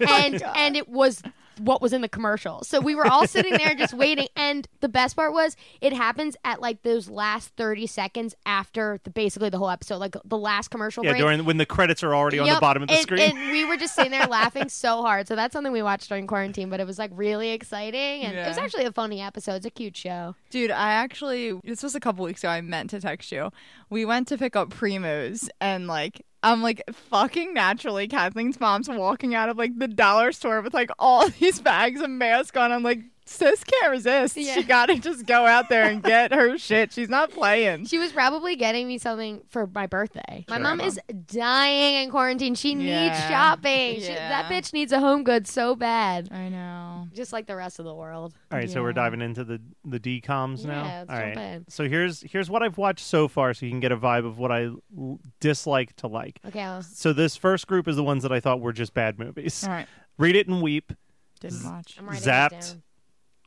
Speaker 2: and and it was what was in the commercial. So we were all sitting there just waiting and the best part was it happens at like those last 30 seconds after the basically the whole episode like the last commercial
Speaker 3: Yeah,
Speaker 2: break.
Speaker 3: during when the credits are already on the
Speaker 2: Yep.
Speaker 3: bottom of the
Speaker 2: and,
Speaker 3: screen.
Speaker 2: and we were just sitting there laughing so hard. So that's something we watched during quarantine, but it was like really exciting and it was
Speaker 1: Yeah.
Speaker 2: actually a funny episode. It's a cute show.
Speaker 1: Dude, I actually this was a couple weeks ago. I meant to text you. We went to pick up Primos, and like I'm like fucking naturally, Kathleen's mom's walking out of like the dollar store with like all these bags of mask on. I'm like, sis can't resist.
Speaker 2: Yeah.
Speaker 1: She gotta just go out there and get her shit. She's not playing.
Speaker 2: She was probably getting me something for my birthday. My
Speaker 3: Sure.
Speaker 2: mom is dying in quarantine. She needs
Speaker 1: Yeah.
Speaker 2: shopping. She,
Speaker 1: Yeah.
Speaker 2: that bitch needs a home good so bad.
Speaker 1: I know.
Speaker 2: Just like the rest of the world.
Speaker 3: All right, so we're
Speaker 1: Yeah.
Speaker 3: diving into the the DComs now.
Speaker 2: Yeah, let's
Speaker 3: All
Speaker 2: jump
Speaker 3: right.
Speaker 2: in.
Speaker 3: So here's here's what I've watched so far, so you can get a vibe of what I l- dislike to like.
Speaker 2: Okay. I'll-
Speaker 3: So this first group is the ones that I thought were just bad movies.
Speaker 1: All right,
Speaker 3: Read it and weep,
Speaker 1: didn't watch.
Speaker 2: I'm writing
Speaker 3: Zapped.
Speaker 2: It down.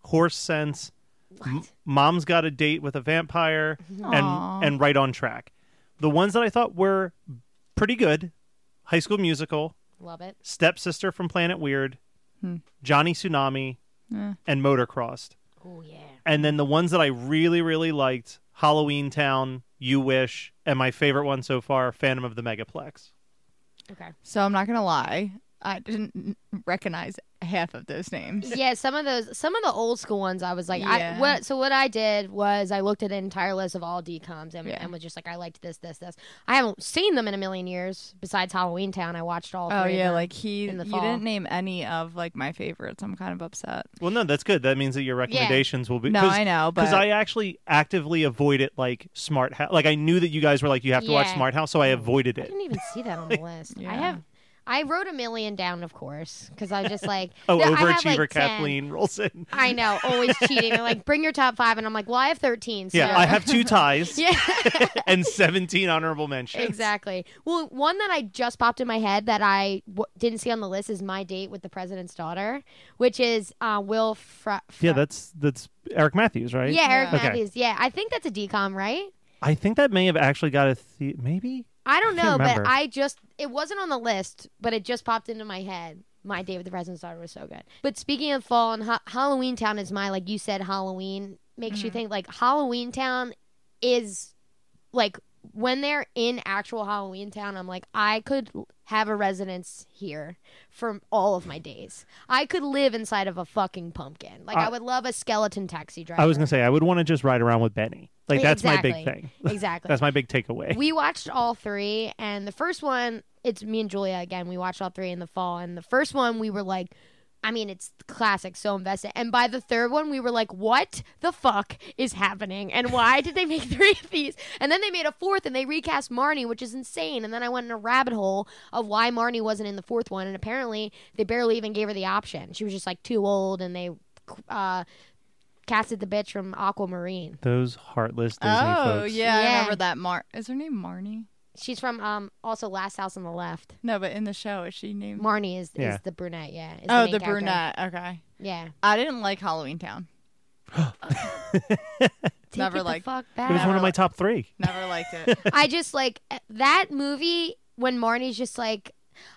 Speaker 3: horse sense,
Speaker 2: What?
Speaker 3: mom's got a date with a vampire,
Speaker 1: Aw.
Speaker 3: and and right on track. The ones that I thought were pretty good: High School Musical,
Speaker 2: Love it.
Speaker 3: Stepsister from Planet Weird,
Speaker 1: Hmm.
Speaker 3: Johnny Tsunami,
Speaker 1: Eh.
Speaker 3: and Motorcrossed.
Speaker 2: Oh yeah.
Speaker 3: And then the ones that I really, really liked Halloween Town, You Wish, and my favorite one so far, Phantom of the Megaplex.
Speaker 2: Okay.
Speaker 1: So I'm not gonna lie, I didn't recognize half of those names.
Speaker 2: Yeah, some of those, some of the old school ones, I was like, I,
Speaker 1: Yeah.
Speaker 2: what? So what I did was I looked at an entire list of all DComs and,
Speaker 1: Yeah.
Speaker 2: and was just like, I liked this, this, this. I haven't seen them in a million years. Besides Halloween Town, I watched all.
Speaker 1: Oh
Speaker 2: three of
Speaker 1: yeah,
Speaker 2: them.
Speaker 1: like he.
Speaker 2: in the
Speaker 1: you
Speaker 2: fall.
Speaker 1: didn't name any of like my favorites. I'm kind of upset.
Speaker 3: Well, no, that's good. That means that your recommendations will be.
Speaker 1: No, I know, but
Speaker 3: Because I actually actively avoided like Smart House. Like I knew that you guys were like you have to watch
Speaker 2: Yeah.
Speaker 3: Smart House, so I avoided
Speaker 2: I
Speaker 3: it.
Speaker 2: didn't even see that on the list. I
Speaker 1: Yeah.
Speaker 2: have. I wrote a million down, of course, because I just like.
Speaker 3: Oh,
Speaker 2: no, I have,
Speaker 3: overachiever
Speaker 2: like, 10.
Speaker 3: Kathleen Rolson.
Speaker 2: I know, always cheating. They're like, bring your top five, and I'm like, well, I have 13. So.
Speaker 3: Yeah, I have two ties
Speaker 2: yeah.
Speaker 3: and 17 honorable mentions.
Speaker 2: Exactly. Well, one that I just popped in my head that I w- didn't see on the list is my date with the president's daughter, which is uh, Will. Fra- Fra-
Speaker 3: Yeah, that's that's Eric Matthews, right?
Speaker 2: yeah, Eric
Speaker 1: Yeah.
Speaker 3: Okay.
Speaker 2: Matthews. Yeah, I think that's a decom, right?
Speaker 3: I think that may have actually got a the- maybe.
Speaker 2: I don't
Speaker 3: I
Speaker 2: know,
Speaker 3: can't
Speaker 2: but
Speaker 3: remember.
Speaker 2: I just it wasn't on the list, but it just popped into my head. My date with the president's daughter was so good. But speaking of fall and ha- Halloween Town is my like you said Halloween makes you think like Halloween Town is like when they're in actual Halloween Town, I'm like I could l- have a residence here for all of my days. I could live inside of a fucking pumpkin. Like I,
Speaker 3: I-
Speaker 2: would love a skeleton taxi driver.
Speaker 3: Uh, I was gonna say I would want to just ride around with Benny. Like that's my big
Speaker 2: Exactly.
Speaker 3: thing.
Speaker 2: exactly.
Speaker 3: That's my big takeaway.
Speaker 2: we watched all three and the first one it's me and julia again we watched all three in the fall and the first one we were like i mean it's classic so invested and by the third one we were like what the fuck is happening and why did they make three of these and then they made a fourth and they recast marnie which is insane and then i went in a rabbit hole of why marnie wasn't in the fourth one and apparently they barely even gave her the option she was just like too old and they uh casted the bitch from aquamarine
Speaker 3: Those heartless Disney
Speaker 1: oh
Speaker 3: folks.
Speaker 1: yeah,
Speaker 2: Yeah.
Speaker 1: I remember that. Mar is her name Marnie?
Speaker 2: she's from um also last house on the left
Speaker 1: No, but in the show, is she named?
Speaker 2: Marnie is,
Speaker 3: Yeah.
Speaker 2: is the brunette, yeah. is
Speaker 1: oh,
Speaker 2: main
Speaker 1: the
Speaker 2: character.
Speaker 1: brunette. Okay,
Speaker 2: Yeah.
Speaker 1: I didn't like Halloween Town.
Speaker 2: Take
Speaker 1: Never
Speaker 2: it the
Speaker 1: liked-
Speaker 2: fuck
Speaker 3: It was
Speaker 2: back.
Speaker 3: one of my top three.
Speaker 1: Never liked it.
Speaker 2: I just like eh, that movie when Marnie's just like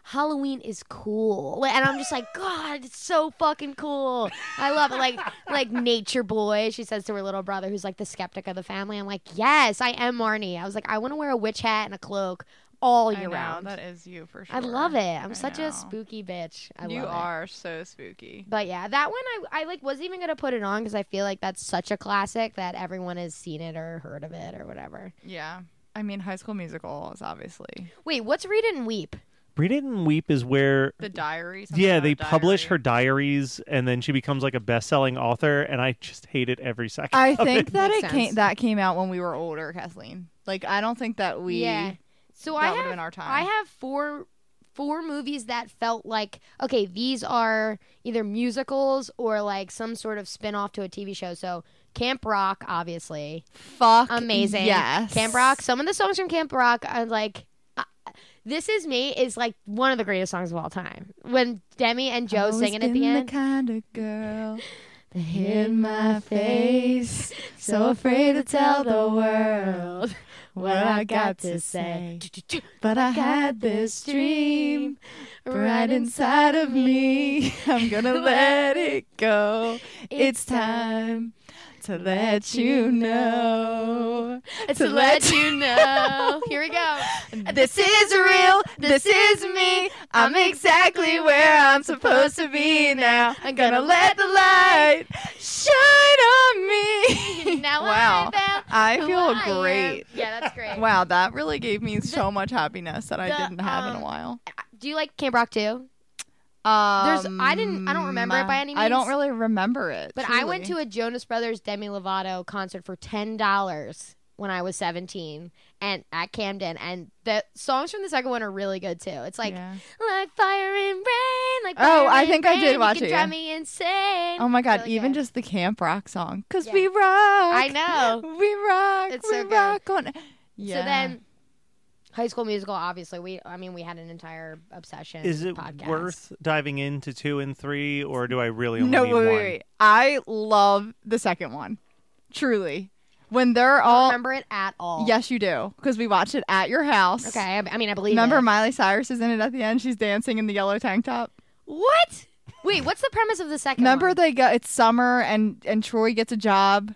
Speaker 2: Halloween is cool. Like, And I'm just like, God, it's so fucking cool. I love it. Like like nature boy, she says to her little brother who's like the skeptic of the family. I'm like, Yes, I am Marnie. I was like, I want to wear a witch hat and a cloak all
Speaker 1: I
Speaker 2: year
Speaker 1: know,
Speaker 2: round.
Speaker 1: That is you for sure.
Speaker 2: I love it. I'm
Speaker 1: I
Speaker 2: such
Speaker 1: know.
Speaker 2: a spooky bitch. I
Speaker 1: you
Speaker 2: love it.
Speaker 1: are so spooky.
Speaker 2: But yeah, that one I, I like wasn't even gonna put it on because I feel like that's such a classic that everyone has seen it or heard of it or whatever.
Speaker 1: Yeah, I mean, High School Musical is obviously
Speaker 2: Wait, what's Read It and Weep?
Speaker 3: Read It and Weep is where
Speaker 1: the diary. something
Speaker 3: Yeah,
Speaker 1: about
Speaker 3: they
Speaker 1: a
Speaker 3: publish her
Speaker 1: diary.
Speaker 3: diaries and then she becomes like a best selling author and I just hate it every second.
Speaker 1: I
Speaker 3: of it.
Speaker 1: think that
Speaker 2: Makes
Speaker 1: it came
Speaker 2: sense.
Speaker 1: that came out when we were older, Kathleen. Like I don't think that we.
Speaker 2: yeah. So
Speaker 1: that
Speaker 2: I
Speaker 1: would've
Speaker 2: have
Speaker 1: been our time.
Speaker 2: I have four four movies that felt like okay, these are either musicals or like some sort of spin off to a TV show. So Camp Rock, obviously,
Speaker 1: Fuck.
Speaker 2: amazing.
Speaker 1: Yes.
Speaker 2: Camp Rock. Some of the songs from Camp Rock are like. I- This is me is like one of the greatest songs of all time. When Demi and Joe
Speaker 1: Always
Speaker 2: singing at
Speaker 1: been
Speaker 2: the end,
Speaker 1: The kind of girl that hid my face, so afraid to tell the world what I got to say. But I had this dream right inside of me. I'm gonna let it go. It's time to let you know.
Speaker 2: to let you know. Here we go.
Speaker 1: This is real. This is me. I'm exactly where I'm supposed to be now. I'm gonna let the light shine on me.
Speaker 2: Now
Speaker 1: wow.
Speaker 2: I found
Speaker 1: I
Speaker 2: who
Speaker 1: feel
Speaker 2: I am.
Speaker 1: great.
Speaker 2: Yeah, that's great.
Speaker 1: Wow, that really gave me so much happiness that I
Speaker 2: the,
Speaker 1: didn't have in
Speaker 2: um,
Speaker 1: a while.
Speaker 2: Do you like Camp Rock too?
Speaker 1: Um,
Speaker 2: I didn't- I don't remember it by any
Speaker 1: I don't
Speaker 2: means.
Speaker 1: really remember it.
Speaker 2: But I went to a Jonas Brothers Demi Lovato concert for ten dollars when I was seventeen, and at Camden, and the songs from the second one are really good too. It's like like fire and rain, like
Speaker 1: Oh,
Speaker 2: fire
Speaker 1: I
Speaker 2: and
Speaker 1: think I
Speaker 2: rain,
Speaker 1: did watch
Speaker 2: you can
Speaker 1: it, yeah.
Speaker 2: Drive me insane.
Speaker 1: Oh my god,
Speaker 2: Really
Speaker 1: even
Speaker 2: good.
Speaker 1: just the camp rock song. Cause
Speaker 2: Yeah.
Speaker 1: we rock.
Speaker 2: I
Speaker 1: I
Speaker 2: know.
Speaker 1: We rock.
Speaker 2: It's
Speaker 1: we
Speaker 2: so good.
Speaker 1: rock on. Yeah.
Speaker 2: So then, High School Musical. Obviously, we. I mean, we had an entire obsession.
Speaker 3: Is it
Speaker 2: podcast.
Speaker 3: worth diving into two and three, or do I really only
Speaker 1: No,
Speaker 3: need
Speaker 1: wait, wait,
Speaker 3: one?
Speaker 1: wait. I love the second one. Truly. When they're
Speaker 2: I don't
Speaker 1: all.
Speaker 2: remember it at all.
Speaker 1: Yes, you do. Because we watched it at your house.
Speaker 2: Okay. I, I mean, I believe.
Speaker 1: Remember
Speaker 2: it.
Speaker 1: Miley Cyrus is in it at the end? She's dancing in the yellow tank top.
Speaker 2: what? Wait, what's the premise of the second?
Speaker 1: Remember
Speaker 2: one?
Speaker 1: they go it's summer and and Troy gets a job.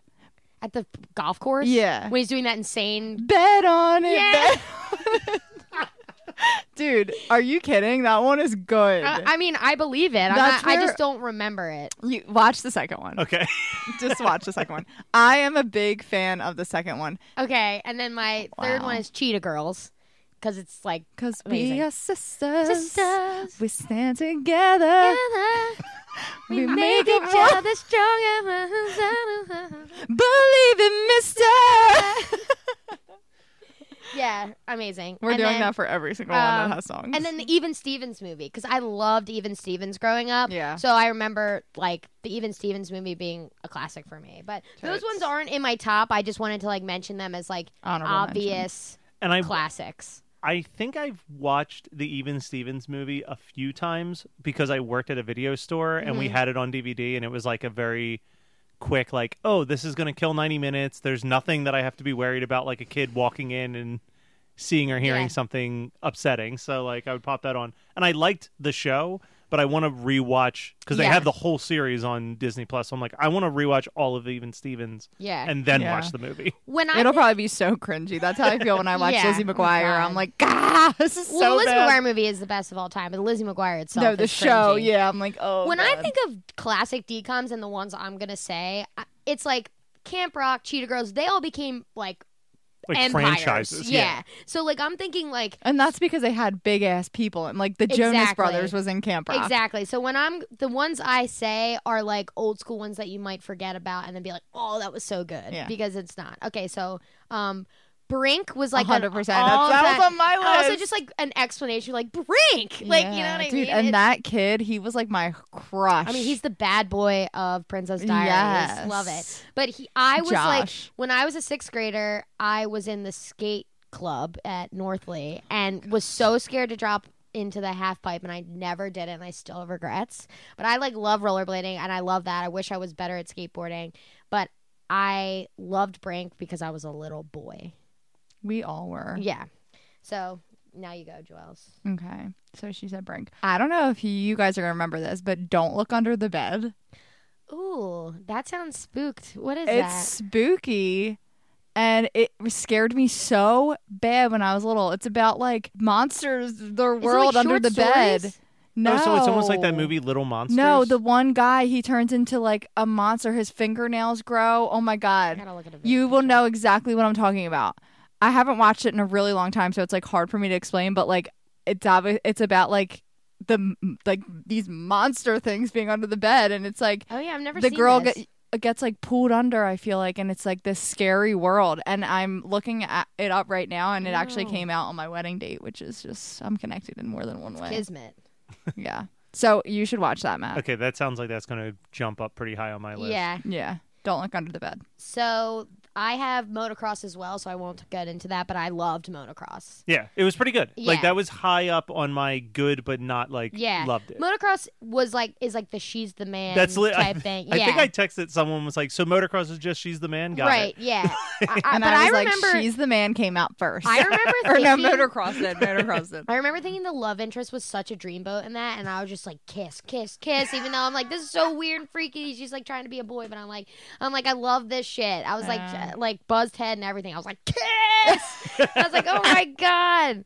Speaker 2: at the golf course?
Speaker 1: Yeah.
Speaker 2: When he's doing that insane.
Speaker 1: Bet on it.
Speaker 2: Yeah.
Speaker 1: Bet on it. Dude, are you kidding? That one is good.
Speaker 2: Uh, I, I mean, I believe it. I'm
Speaker 1: That's
Speaker 2: not, I
Speaker 1: where-
Speaker 2: just don't remember it.
Speaker 1: you watch the second one.
Speaker 3: Okay.
Speaker 1: Just watch the second one. I am a big fan of the second one
Speaker 2: Okay, and then my third
Speaker 1: Wow.
Speaker 2: one is Cheetah Girls, because it's like
Speaker 1: because
Speaker 2: Amazing.
Speaker 1: we are sisters.
Speaker 2: sisters.
Speaker 1: We stand together.
Speaker 2: together,
Speaker 1: We,
Speaker 2: make
Speaker 1: make it
Speaker 2: each
Speaker 1: work.
Speaker 2: other stronger.
Speaker 1: Believe it, Mister.
Speaker 2: yeah, amazing.
Speaker 1: We're
Speaker 2: And
Speaker 1: doing
Speaker 2: then-
Speaker 1: that for every single one
Speaker 2: um,
Speaker 1: that has songs.
Speaker 2: And then the Even Stevens movie, because I loved Even Stevens growing up.
Speaker 1: Yeah.
Speaker 2: So I remember like the Even Stevens movie being a classic for me. But those
Speaker 1: Totes.
Speaker 2: ones aren't in my top. I just wanted to like mention them as like
Speaker 1: Honorable
Speaker 2: obvious
Speaker 3: And I
Speaker 2: classics.
Speaker 3: I think I've watched the Even Stevens movie a few times because I worked at a video store and we had it on DVD and it was like a very quick like oh this is going to kill 90 minutes there's nothing that I have to be worried about like a kid walking in and seeing or hearing
Speaker 2: Yeah.
Speaker 3: something upsetting so like I would pop that on and I liked the show but I want to rewatch cuz they
Speaker 2: Yeah.
Speaker 3: have the whole series on Disney Plus so I'm like I want to rewatch all of Even Stevens
Speaker 2: Yeah.
Speaker 3: and then
Speaker 1: Yeah.
Speaker 3: watch the movie
Speaker 2: when I
Speaker 1: It'll
Speaker 2: think-
Speaker 1: probably be so cringy. That's how I feel when I watch
Speaker 2: Yeah.
Speaker 1: Lizzie
Speaker 2: Oh,
Speaker 1: McGuire.
Speaker 2: God.
Speaker 1: I'm like, ah, this is
Speaker 2: well, the
Speaker 1: so
Speaker 2: Lizzie
Speaker 1: bad.
Speaker 2: McGuire movie is the best of all time, but Lizzie McGuire itself.
Speaker 1: no, the
Speaker 2: is
Speaker 1: show.
Speaker 2: cringy.
Speaker 1: Yeah, I'm like, oh.
Speaker 2: when I
Speaker 1: God.
Speaker 2: think of classic DComs and the ones I'm gonna say, I- it's like Camp Rock, Cheetah Girls. They all became like
Speaker 3: like
Speaker 2: empires.
Speaker 3: franchises
Speaker 2: yeah. So like I'm thinking like
Speaker 1: And that's because they had big ass people, and like the Jonas
Speaker 2: Exactly.
Speaker 1: Brothers was in Camp Rock.
Speaker 2: Exactly. So when I'm the ones I say are like old school ones that you might forget about and then be like, "Oh, that was so good,"
Speaker 1: Yeah.
Speaker 2: because it's not. Okay, so um, Brink was like on
Speaker 1: 100. percent
Speaker 2: all
Speaker 1: That
Speaker 2: that-
Speaker 1: was on my list.
Speaker 2: also just like an explanation, like Brink, like you know
Speaker 1: Yeah,
Speaker 2: what I
Speaker 1: dude,
Speaker 2: mean?
Speaker 1: And
Speaker 2: It's-
Speaker 1: that kid, he was like my crush.
Speaker 2: I mean, he's the bad boy of Princess Diaries.
Speaker 1: Yes.
Speaker 2: Love it. But he, I was like,
Speaker 1: Josh.
Speaker 2: when I was a sixth grader, I was in the skate club at Northley and was so scared to drop into the half pipe and I never did it and I still have regrets. But I like love rollerblading and I love that. I wish I was better at skateboarding, but I loved Brink because I was a little boy.
Speaker 1: we all were.
Speaker 2: Yeah. So now you go, Joels.
Speaker 1: Okay. So she said Brink. I don't know if you guys are gonna remember this, but don't look under the bed.
Speaker 2: Ooh, that sounds spooked. What is
Speaker 1: it's spooky and it scared me so bad when I was little. It's about like monsters, their
Speaker 2: that? Is it, like,
Speaker 1: world under
Speaker 2: short
Speaker 1: the bed.
Speaker 2: stories?
Speaker 1: No,
Speaker 3: Oh, so it's almost like that movie Little Monsters.
Speaker 1: No, the one guy he turns into like a monster. His fingernails grow. Oh my
Speaker 2: I
Speaker 1: god,
Speaker 2: gotta look at a
Speaker 1: you
Speaker 2: picture.
Speaker 1: will know exactly what I'm talking about. I haven't watched it in a really long time, so it's like hard for me to explain. But like, it's obvi- it's about like the like these monster things being under the bed, and it's like
Speaker 2: Oh yeah, I've never
Speaker 1: the
Speaker 2: seen
Speaker 1: girl
Speaker 2: this.
Speaker 1: get gets like pulled under i feel like and it's like this scary world and i'm looking at it up right now and it actually
Speaker 2: Ew.
Speaker 1: came out on my wedding date which is just i'm connected in more than one way
Speaker 2: Kismet.
Speaker 1: yeah so you should watch that matt
Speaker 3: Okay, that sounds like that's going to jump up pretty high on my list.
Speaker 2: Yeah.
Speaker 1: yeah don't look under the bed
Speaker 2: So I have motocross as well, so I won't get into that, but I loved motocross.
Speaker 3: Yeah, it was pretty good. Like
Speaker 2: Yeah.
Speaker 3: that was high up on my good, but not like
Speaker 2: Yeah.
Speaker 3: loved it.
Speaker 2: Motocross was like is like the she's the man
Speaker 3: That's li-
Speaker 2: type thing.
Speaker 3: I
Speaker 2: yeah.
Speaker 3: think I texted someone was like, "So motocross is just she's the man." Got
Speaker 2: right,
Speaker 3: it.
Speaker 2: yeah. I, I,
Speaker 1: and
Speaker 2: but
Speaker 1: i
Speaker 2: I
Speaker 1: was
Speaker 2: remember
Speaker 1: like she's the man came out first
Speaker 2: I remember Um,
Speaker 1: or
Speaker 2: thinking
Speaker 1: no motocross did motocross did
Speaker 2: I remember thinking the love interest was such a dreamboat in that, and I was just like, kiss, kiss, kiss, even though I'm like, this is so weird and freaky. He's just like trying to be a boy, but I'm like, I'm like, I love this shit. I was like,
Speaker 1: Yeah.
Speaker 2: j- like buzzed head and everything. I was like, kiss. I was like, oh my god,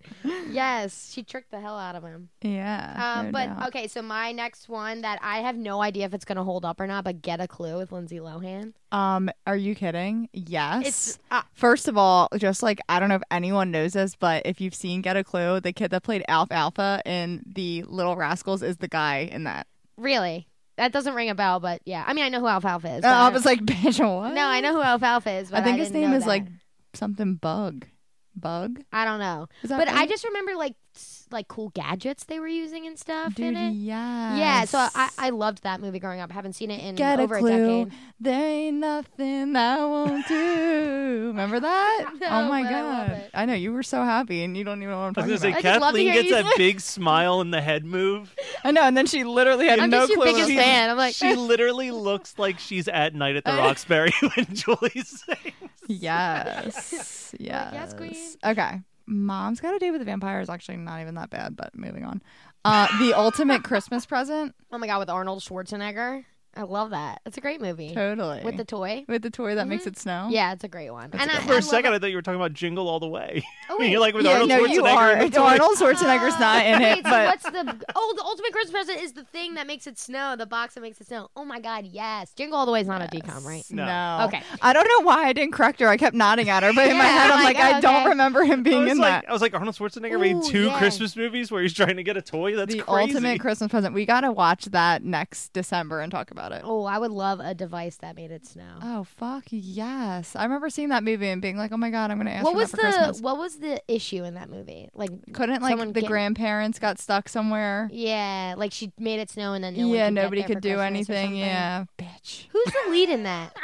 Speaker 2: yes, she tricked the hell out of him.
Speaker 1: yeah
Speaker 2: Um,
Speaker 1: no
Speaker 2: but
Speaker 1: doubt.
Speaker 2: okay, so my next one that I have no idea if it's gonna hold up or not, but get a clue with Lindsay Lohan.
Speaker 1: um are you kidding yes
Speaker 2: uh, It's uh,
Speaker 1: First of all, just like I don't know if anyone knows this, but if you've seen Get a Clue, the kid that played Alf Alpha in the Little Rascals is the guy in that.
Speaker 2: really that doesn't ring a bell, but yeah, I mean, I know who Alfalfa is.
Speaker 1: Uh,
Speaker 2: but I
Speaker 1: I
Speaker 2: don't-
Speaker 1: was like, bitch, what?
Speaker 2: no, I know who Alfalfa is. But
Speaker 1: I think his
Speaker 2: didn't
Speaker 1: name
Speaker 2: know
Speaker 1: is
Speaker 2: that.
Speaker 1: like something Bug. Bug?
Speaker 2: I don't know.
Speaker 1: Is that
Speaker 2: But I
Speaker 1: right?
Speaker 2: just remember like s- like cool gadgets they were using and stuff
Speaker 1: Dude,
Speaker 2: in it.
Speaker 1: yes.
Speaker 2: Yeah, so I, I loved that movie growing up. I haven't seen it in
Speaker 1: Get a
Speaker 2: over a,
Speaker 1: clue.
Speaker 2: decade.
Speaker 1: There ain't nothing I won't do. Remember that?
Speaker 2: No,
Speaker 1: oh my
Speaker 2: but I love
Speaker 1: god!
Speaker 2: it.
Speaker 1: I know you were so happy, and you don't even know what I'm
Speaker 3: I was
Speaker 1: talking
Speaker 3: gonna
Speaker 1: about.
Speaker 3: say
Speaker 2: I just love to
Speaker 3: Kathleen
Speaker 2: hear
Speaker 3: gets
Speaker 2: you
Speaker 3: that
Speaker 2: say-
Speaker 3: big smile and the head move.
Speaker 1: I know, and then she literally had
Speaker 2: I'm
Speaker 1: no
Speaker 2: just your
Speaker 1: clue. what
Speaker 2: biggest
Speaker 1: she-
Speaker 2: fan. I'm like,
Speaker 3: She literally looks like she's at night at the Roxbury when Julie's singing.
Speaker 1: Yes. yes.
Speaker 2: yes, queen.
Speaker 1: Okay. Mom's Got a Date with a Vampire is actually not even that bad, but moving on. Uh, the Ultimate Christmas Present.
Speaker 2: oh my god, with Arnold Schwarzenegger. I love that. It's a great movie
Speaker 1: Totally.
Speaker 2: with the toy.
Speaker 1: with the toy that makes it snow.
Speaker 2: Yeah, it's a great one.
Speaker 1: That's
Speaker 2: and
Speaker 1: a
Speaker 2: I,
Speaker 1: good
Speaker 2: I
Speaker 3: For a
Speaker 2: love
Speaker 3: second,
Speaker 2: it-
Speaker 3: I thought you were talking about Jingle All the Way.
Speaker 2: Oh,
Speaker 3: You're
Speaker 2: wait.
Speaker 3: like with
Speaker 1: Yeah,
Speaker 3: Arnold
Speaker 1: no,
Speaker 3: Schwarzenegger.
Speaker 1: you are.
Speaker 3: in the toy.
Speaker 1: Arnold Schwarzenegger's not in
Speaker 2: Uh, Wait,
Speaker 1: it,
Speaker 2: so
Speaker 1: but
Speaker 2: what's the oh the ultimate Christmas present is the thing that makes it snow, the box that makes it snow. Oh my god, yes. Jingle All the Way is not a decom, right?
Speaker 1: No.
Speaker 2: No. Okay.
Speaker 1: I don't know why I didn't correct her. I kept nodding at her, but in my
Speaker 2: Yeah,
Speaker 1: head, I'm like,
Speaker 2: like,
Speaker 1: I don't
Speaker 2: okay.
Speaker 1: remember him
Speaker 3: I
Speaker 1: being
Speaker 3: was
Speaker 1: in
Speaker 3: like, "Oh,
Speaker 1: that.
Speaker 3: I was like, Arnold Schwarzenegger made
Speaker 2: Ooh,
Speaker 3: two
Speaker 2: yeah.
Speaker 3: Christmas movies where he's trying to get a toy. That's
Speaker 1: the
Speaker 3: crazy.
Speaker 1: ultimate Christmas present. We gotta watch that next December and talk about it.
Speaker 2: Oh, I would love a device that made it snow.
Speaker 1: Oh fuck yes! I remember seeing that movie and being like, "Oh my god, I'm gonna ask."
Speaker 2: what
Speaker 1: for
Speaker 2: was
Speaker 1: that
Speaker 2: the
Speaker 1: for Christmas.
Speaker 2: what was the issue in that movie? Like,
Speaker 1: couldn't like
Speaker 2: Someone
Speaker 1: the
Speaker 2: get-
Speaker 1: grandparents got stuck somewhere.
Speaker 2: yeah, like she made it snow and then no one
Speaker 1: yeah,
Speaker 2: could get
Speaker 1: nobody
Speaker 2: there for
Speaker 1: could do
Speaker 2: Christmas or
Speaker 1: anything.
Speaker 2: something.
Speaker 1: Yeah, bitch.
Speaker 2: who's the lead in that?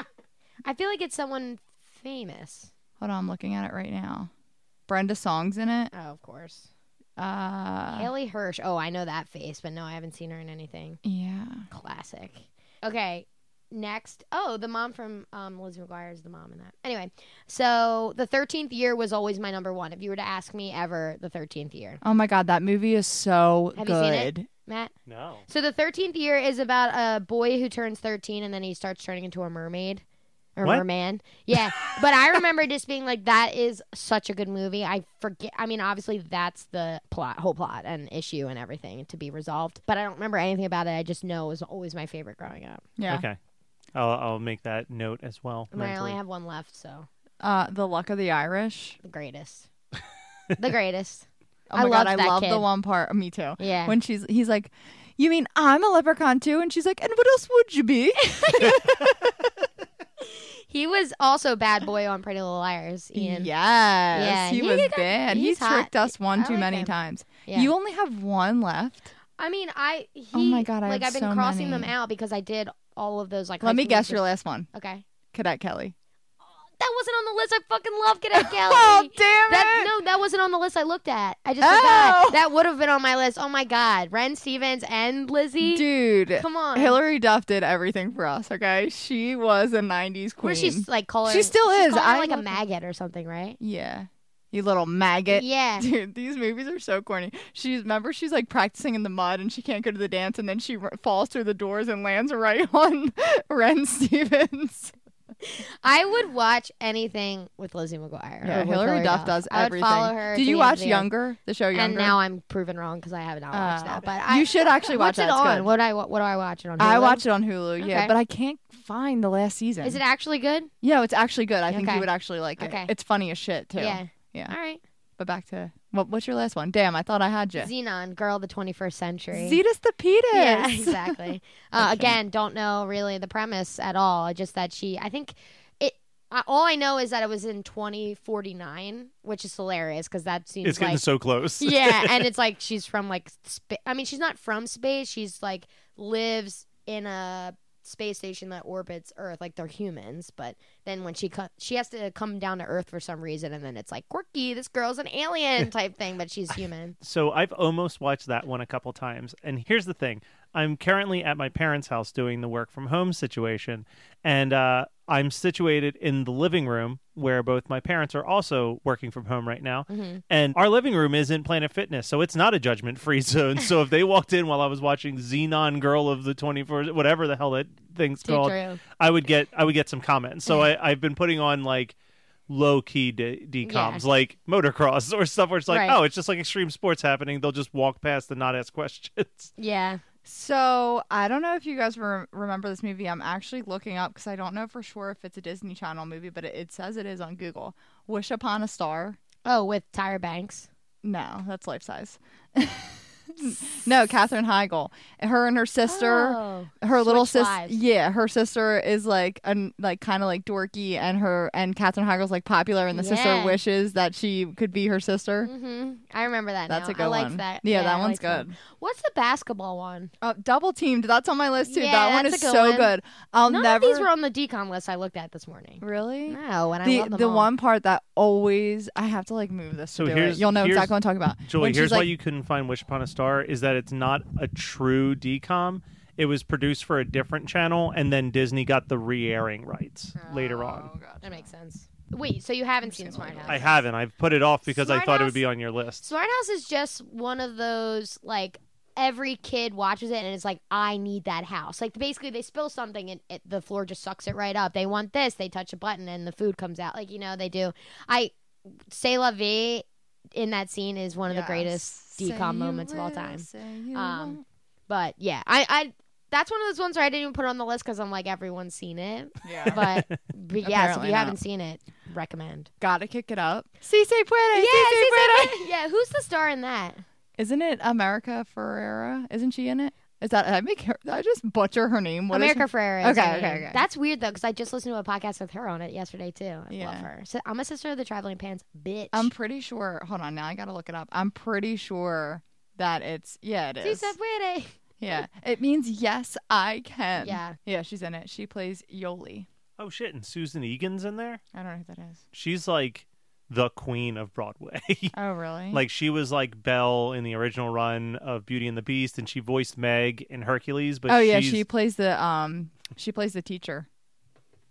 Speaker 2: I feel like it's someone famous.
Speaker 1: Hold on, I'm looking at it right now. Brenda Song's in it.
Speaker 2: Oh, of course,
Speaker 1: Uh,
Speaker 2: Haley Hirsch. Oh, I know that face, but no, I haven't seen her in anything.
Speaker 1: yeah.
Speaker 2: Classic. Okay, next. Oh, the mom from um, Lizzie McGuire is the mom in that. Anyway, so the thirteenth year was always my number one. If you were to ask me ever, the thirteenth year,
Speaker 1: Oh my god, that movie is so
Speaker 2: Have you seen it?
Speaker 1: good.
Speaker 2: Matt.
Speaker 3: No.
Speaker 2: So the thirteenth year is about a boy who turns thirteen and then he starts turning into a mermaid. Or
Speaker 3: What?
Speaker 2: merman. Yeah. but I remember just being like, that is such a good movie. I forget I mean, obviously that's the plot whole plot and issue and everything to be resolved. But I don't remember anything about it. I just know it was always my favorite growing up.
Speaker 1: Yeah.
Speaker 3: Okay. I'll, I'll make that note as well.
Speaker 2: I mean, I only
Speaker 3: mentally.
Speaker 2: have one left, so
Speaker 1: Uh, The Luck of the Irish.
Speaker 2: the greatest. the greatest.
Speaker 1: Oh
Speaker 2: I
Speaker 1: my god,
Speaker 2: loved
Speaker 1: I
Speaker 2: that
Speaker 1: love
Speaker 2: kid.
Speaker 1: the one part. Me too.
Speaker 2: Yeah.
Speaker 1: When she's he's like, "You mean I'm a leprechaun too?" And she's like, "And what else would you be?"
Speaker 2: he was also bad boy on Pretty Little Liars, Ian.
Speaker 1: Yes,
Speaker 2: Yeah,
Speaker 1: he
Speaker 2: he
Speaker 1: was
Speaker 2: got-
Speaker 1: bad. He
Speaker 2: he's hot.
Speaker 1: tricked us one
Speaker 2: I
Speaker 1: too
Speaker 2: like
Speaker 1: many
Speaker 2: him.
Speaker 1: times.
Speaker 2: Yeah.
Speaker 1: You only have one left.
Speaker 2: I mean, I he,
Speaker 1: Oh my God, I
Speaker 2: like
Speaker 1: had
Speaker 2: I've been
Speaker 1: so
Speaker 2: crossing
Speaker 1: many.
Speaker 2: them out because I did all of those like. high
Speaker 1: Let me
Speaker 2: school
Speaker 1: guess
Speaker 2: music-
Speaker 1: your last one,
Speaker 2: Okay,
Speaker 1: Cadet Kelly.
Speaker 2: that wasn't on the list. I fucking love Cadet Kelly.
Speaker 1: Oh damn
Speaker 2: that
Speaker 1: it!
Speaker 2: no, that wasn't on the list I looked at. I just
Speaker 1: Oh.
Speaker 2: forgot. That would have been on my list. Oh my god, Ren Stevens and Lizzie.
Speaker 1: Dude,
Speaker 2: Come on,
Speaker 1: Hillary Duff did everything for us. Okay, she was a '90s queen.
Speaker 2: Where she's like calling.
Speaker 1: She still
Speaker 2: she's
Speaker 1: is.
Speaker 2: calling her,
Speaker 1: I
Speaker 2: like
Speaker 1: love
Speaker 2: a
Speaker 1: it.
Speaker 2: maggot or something, right?
Speaker 1: yeah, you little maggot.
Speaker 2: Yeah.
Speaker 1: Dude, these movies are so corny. She's remember she's like practicing in the mud and she can't go to the dance, and then she r- falls through the doors and lands right on Ren Stevens.
Speaker 2: I would watch anything with Lizzie McGuire. or
Speaker 1: Yeah,
Speaker 2: with
Speaker 1: Hillary, Duff does everything.
Speaker 2: I would follow her.
Speaker 1: Did
Speaker 2: to
Speaker 1: you
Speaker 2: the end of
Speaker 1: watch
Speaker 2: the earth.
Speaker 1: Younger, the show Younger?
Speaker 2: And now I'm proven wrong because I have not watched
Speaker 1: Oh.
Speaker 2: that. But I,
Speaker 1: you should actually watch
Speaker 2: What's
Speaker 1: that.
Speaker 2: it
Speaker 1: It's
Speaker 2: on?
Speaker 1: good.
Speaker 2: What do I what do I watch it on?
Speaker 1: I
Speaker 2: Hulu?
Speaker 1: watched it on Hulu, yeah,
Speaker 2: Okay.
Speaker 1: but I can't find the last season.
Speaker 2: Is it actually good?
Speaker 1: Yeah, it's actually good. I think you
Speaker 2: Okay.
Speaker 1: would actually like it.
Speaker 2: Okay.
Speaker 1: It's funny as shit too.
Speaker 2: Yeah.
Speaker 1: Yeah.
Speaker 2: All right.
Speaker 1: But back to What, what's your last one? Damn, I thought I had you.
Speaker 2: Xenon, Girl of the 21st Century.
Speaker 1: Zetus the Petus.
Speaker 2: Yeah, exactly. Uh, Again, don't know really the premise at all. Just that she, I think it. I- All I know is that it was in 2049, which is hilarious because that seems
Speaker 3: It's getting
Speaker 2: like
Speaker 3: so close.
Speaker 2: yeah, and it's like she's from like spa- I mean, she's not from space. She's like lives in a space station that orbits Earth. Like they're humans, but then when she co- she has to come down to Earth for some reason, and then it's like quirky. This girl's an alien type thing, but she's human.
Speaker 3: So I've almost watched that one a couple times. And here's the thing I'm currently at my parents' house doing the work from home situation. And uh, I'm situated in the living room where both my parents are also working from home right now.
Speaker 1: Mm-hmm.
Speaker 3: And our living room is in Planet Fitness. So it's not a judgment free zone. so if they walked in while I was watching Xenon Girl of the 24, whatever the hell that thing's
Speaker 2: Too
Speaker 3: called,
Speaker 2: true.
Speaker 3: I would get I would get some comments. So I, I've been putting on like low key de- decoms,
Speaker 2: Yeah.
Speaker 3: like motocross or stuff where it's like,
Speaker 2: Right.
Speaker 3: oh, it's just like extreme sports happening. They'll just walk past and not ask questions.
Speaker 2: Yeah.
Speaker 1: So I don't know if you guys re- remember this movie. I'm actually looking up because I don't know for sure if it's a Disney Channel movie, but it, it says it is on Google. Wish Upon a Star.
Speaker 2: Oh, with Tyra Banks.
Speaker 1: No, that's life size. no, Katherine Heigl. Her and her sister.
Speaker 2: Oh.
Speaker 1: her little
Speaker 2: Switch
Speaker 1: sister
Speaker 2: lives.
Speaker 1: yeah her sister is like an like kind of like dorky and her and Katherine Heigl's like popular and the sister
Speaker 2: Yeah.
Speaker 1: wishes that she could be her sister
Speaker 2: hmm I remember that.
Speaker 1: Mm-hmm. that's
Speaker 2: now.
Speaker 1: a good
Speaker 2: I
Speaker 1: one
Speaker 2: liked that.
Speaker 1: yeah, that
Speaker 2: I
Speaker 1: one's
Speaker 2: liked that
Speaker 1: good
Speaker 2: one. What's the basketball one?
Speaker 1: uh, double teamed that's on my list too
Speaker 2: Yeah,
Speaker 1: that one
Speaker 2: that's
Speaker 1: is
Speaker 2: a good
Speaker 1: so
Speaker 2: one.
Speaker 1: good I'll
Speaker 2: None
Speaker 1: never
Speaker 2: of these were on the decom list I looked at this morning.
Speaker 1: really
Speaker 2: No, and I
Speaker 1: the
Speaker 2: love them
Speaker 1: the
Speaker 2: all.
Speaker 1: one part that always I have to like move this
Speaker 3: So
Speaker 1: to do it.
Speaker 3: here's-
Speaker 1: you'll know
Speaker 3: here's-
Speaker 1: exactly what I'm talking about
Speaker 3: Julie,
Speaker 1: When she's
Speaker 3: here's why
Speaker 1: like,
Speaker 3: you couldn't find Wish Upon a Star is that it's not a true decom. It was produced for a different channel, and then Disney got the re-airing rights later on.
Speaker 1: Oh, gotcha.
Speaker 2: That makes sense. Wait, so you haven't seen
Speaker 1: just
Speaker 2: Smart
Speaker 1: gonna leave
Speaker 2: House?
Speaker 1: it.
Speaker 3: I haven't. I've put it off because I
Speaker 2: Smart
Speaker 3: thought it
Speaker 2: House-
Speaker 3: would be on your list.
Speaker 2: Smart House is just one of those like every kid watches it and it's like I need that house. Like basically they spill something and it, the floor just sucks it right up. They want this, they touch a button and the food comes out. Like you know they do. I say la vie in that scene is one of
Speaker 1: Yes.
Speaker 2: the greatest
Speaker 1: Say you
Speaker 2: decom moments of all
Speaker 1: will,
Speaker 2: time.
Speaker 1: say you
Speaker 2: Um,
Speaker 1: won't.
Speaker 2: But yeah, I I that's one of those ones where I didn't even put it on the list because I'm like everyone's seen it.
Speaker 1: yeah
Speaker 2: But, but yes, if
Speaker 1: Apparently
Speaker 2: you
Speaker 1: not.
Speaker 2: haven't seen it, recommend.
Speaker 1: gotta kick it up si se puede
Speaker 2: Yeah,
Speaker 1: si se puede
Speaker 2: yeah. Who's the star in that?
Speaker 1: Isn't it America Ferrera? Isn't she in it? Is that I make her? I just butcher her name. What is
Speaker 2: America Ferrera. is
Speaker 1: Okay,
Speaker 2: her
Speaker 1: okay,
Speaker 2: name.
Speaker 1: okay.
Speaker 2: That's weird though, because I just listened to a podcast with her on it yesterday too. I love
Speaker 1: Yeah.
Speaker 2: her. So I'm a sister of the traveling pants, bitch.
Speaker 1: her? I'm pretty sure. Hold on, now I gotta look it up. I'm pretty sure that it's yeah, it
Speaker 2: Si
Speaker 1: is.
Speaker 2: se puede.
Speaker 1: Yeah, it means yes, I can.
Speaker 2: Yeah.
Speaker 1: yeah, she's in it. She plays Yoli.
Speaker 3: Oh shit! And Susan Egan's in there.
Speaker 1: I don't know who that is.
Speaker 3: She's like the queen of Broadway.
Speaker 1: Oh, really?
Speaker 3: Like she was like Belle in the original run of Beauty and the Beast, and she voiced Meg in Hercules. But
Speaker 1: oh yeah,
Speaker 3: she's,
Speaker 1: she plays the um, she plays the teacher.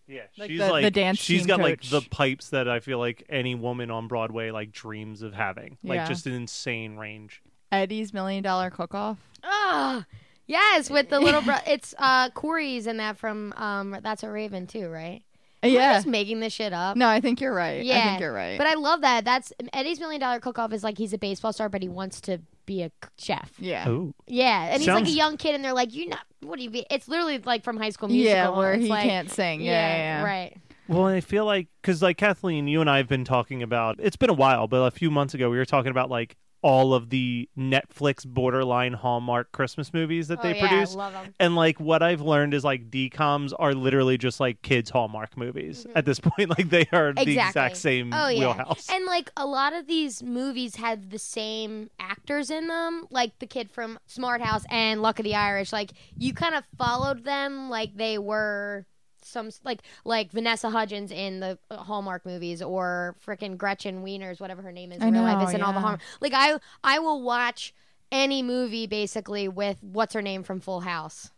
Speaker 3: yeah,
Speaker 1: like
Speaker 3: she's
Speaker 1: the-
Speaker 3: like
Speaker 1: the dance
Speaker 3: She's
Speaker 1: team
Speaker 3: got like
Speaker 1: coach.
Speaker 3: the pipes that I feel like any woman on Broadway like dreams of having. Like
Speaker 1: Yeah.
Speaker 3: just an insane range.
Speaker 1: Eddie's Million Dollar Cook Off.
Speaker 2: Ah, yes, with the little bro. It's uh Corey's in that from um That's a Raven too, right? Am I
Speaker 1: Yeah.
Speaker 2: just making this shit up.
Speaker 1: No, I think you're right. I
Speaker 2: Yeah,
Speaker 1: think you're right.
Speaker 2: But I love that. That's Eddie's million dollar cook off is like he's a baseball star, but he wants to be a c- chef.
Speaker 1: yeah.
Speaker 3: Oh,
Speaker 2: Yeah, and he's like
Speaker 3: Sounds-
Speaker 2: a young kid, and they're like, "You're not. What do you be?" It's literally like from High School Musical.
Speaker 1: Yeah, where
Speaker 2: It's
Speaker 1: he
Speaker 2: like-
Speaker 1: can't sing. Yeah, yeah, yeah.
Speaker 2: right.
Speaker 3: Well, and I feel like because like Kathleen, you and I have been talking about. It's been a while, but a few months ago we were talking about like all of the Netflix borderline Hallmark Christmas movies that
Speaker 2: Oh,
Speaker 3: they
Speaker 2: yeah,
Speaker 3: produce.
Speaker 2: love him.
Speaker 3: And like what I've learned is like DComs are literally just like kids Hallmark movies at this point. Like they are the
Speaker 2: Mm-hmm. Exactly.
Speaker 3: exact same
Speaker 2: Oh, yeah.
Speaker 3: wheelhouse.
Speaker 2: And like a lot of these movies have the same actors in them, like the kid from Smart House and Luck of the Irish. Like you kind of followed them, like they were some like like Vanessa Hudgens in the uh, Hallmark movies, or frickin' Gretchen Wieners, whatever her name is
Speaker 1: I
Speaker 2: in real life,
Speaker 1: know,
Speaker 2: is in all the
Speaker 1: yeah.
Speaker 2: Hallmark. Like I I will watch any movie basically with what's her name from Full House.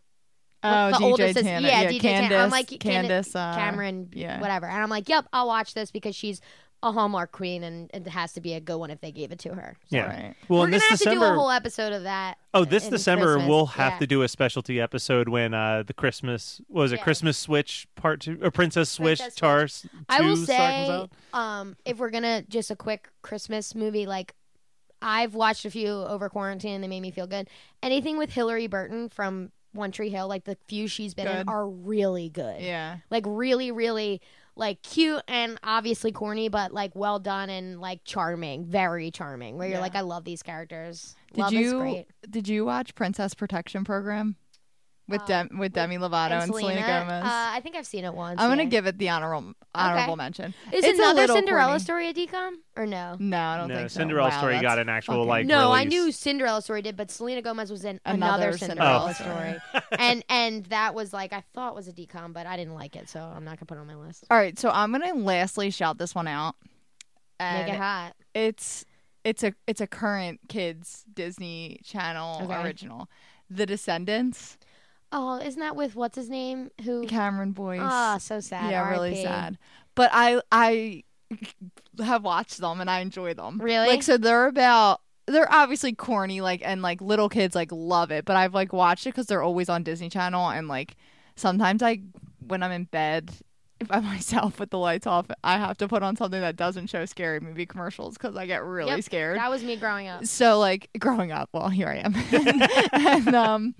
Speaker 1: Oh,
Speaker 2: the older
Speaker 1: DJ
Speaker 2: sister-
Speaker 1: Tana.
Speaker 2: yeah,
Speaker 1: Yeah,
Speaker 2: DJ Tana. I'm
Speaker 1: Candace.
Speaker 2: like, Candi-
Speaker 1: Candace. uh,
Speaker 2: Cameron,
Speaker 1: yeah.
Speaker 2: whatever. And I'm like, yep, I'll watch this because she's a Hallmark queen and it has to be a good one if they gave it to her. So
Speaker 3: Yeah.
Speaker 1: Right.
Speaker 3: Well,
Speaker 2: We're gonna
Speaker 3: and this
Speaker 2: have
Speaker 3: December.
Speaker 2: to do a whole episode of that.
Speaker 3: oh, this
Speaker 2: in
Speaker 3: December
Speaker 2: Christmas.
Speaker 3: we'll have
Speaker 2: Yeah.
Speaker 3: to do a specialty episode when uh the Christmas what was it
Speaker 2: Yeah.
Speaker 3: Christmas Switch Part Two or Princess Switch
Speaker 2: Princess Switch.
Speaker 3: Tars.
Speaker 2: I will
Speaker 3: 2 start comes
Speaker 2: say,
Speaker 3: out.
Speaker 2: um, if we're gonna just a quick Christmas movie, like I've watched a few over quarantine and they made me feel good. Anything with Hillary Burton from One Tree Hill, like the few she's been in,
Speaker 1: Good.
Speaker 2: are really good.
Speaker 1: Yeah.
Speaker 2: like really really like cute and obviously corny, but like well done and like charming, very charming. Where you're
Speaker 1: Yeah.
Speaker 2: like, I love these characters.
Speaker 1: Did
Speaker 2: love is
Speaker 1: you
Speaker 2: great.
Speaker 1: did you watch Princess Protection Program with
Speaker 2: Uh,
Speaker 1: Dem- with Demi Lovato and, Selena, Gomez?
Speaker 2: Uh, I think I've seen it once.
Speaker 1: I'm gonna
Speaker 2: yeah.
Speaker 1: give it the honorable honorable mention.
Speaker 2: Is
Speaker 1: it's a
Speaker 2: another
Speaker 1: little
Speaker 2: Cinderella
Speaker 1: corny.
Speaker 2: story a decom or no?
Speaker 1: No, I don't
Speaker 3: no,
Speaker 1: think so.
Speaker 3: Cinderella's
Speaker 1: Wow,
Speaker 3: story
Speaker 1: that's
Speaker 3: got an actual
Speaker 1: fucking-
Speaker 3: like.
Speaker 2: no, I
Speaker 3: release.
Speaker 2: knew Cinderella story did, but Selena Gomez was in
Speaker 1: Another
Speaker 2: another,
Speaker 1: Cinderella
Speaker 2: Cinderella,
Speaker 1: story.
Speaker 2: story, and and that was like I thought was a decom, but I didn't like it, so I'm not gonna put it on my list.
Speaker 1: All right, so I'm gonna lastly shout this one out,
Speaker 2: Make it
Speaker 1: and
Speaker 2: hot.
Speaker 1: it's it's a it's a current kids Disney Channel
Speaker 2: Okay.
Speaker 1: original, The Descendants,
Speaker 2: Oh, isn't that with what's his name? Who?
Speaker 1: Cameron Boyce.
Speaker 2: Ah, so sad.
Speaker 1: yeah, really
Speaker 2: R.I.P..
Speaker 1: sad. But I I have watched them and I enjoy them.
Speaker 2: Really?
Speaker 1: Like so they're about they're obviously corny like and like little kids like love it, but I've like watched it cuz they're always on Disney Channel and like sometimes I when I'm in bed by myself with the lights off, I have to put on something that doesn't show scary movie commercials cuz I get really
Speaker 2: Yep,
Speaker 1: scared.
Speaker 2: That was me growing up.
Speaker 1: So like growing up, well here I am, and um,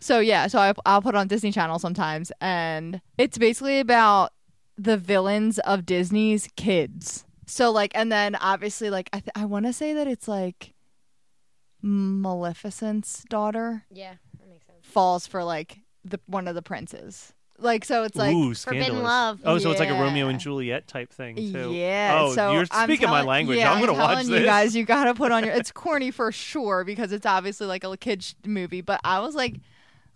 Speaker 1: so yeah, so I, I'll put it on Disney Channel sometimes, and it's basically about the villains of Disney's kids. So like, and then obviously like I th- I want to say that it's like Maleficent's daughter
Speaker 2: Yeah, that makes sense.
Speaker 1: falls for like the one of the princes. Like so, it's like
Speaker 3: Ooh,
Speaker 2: Forbidden
Speaker 3: scandalous.
Speaker 2: Love.
Speaker 3: Oh, so it's like a
Speaker 1: Yeah.
Speaker 3: Romeo and Juliet type thing too.
Speaker 1: Yeah.
Speaker 3: Oh,
Speaker 1: so
Speaker 3: you're
Speaker 1: I'm
Speaker 3: speaking my
Speaker 1: telling-
Speaker 3: language.
Speaker 1: yeah,
Speaker 3: I'm gonna watch
Speaker 1: telling
Speaker 3: this.
Speaker 1: You guys, you gotta put on your. It's corny for sure because it's obviously like a kids movie. But I was like,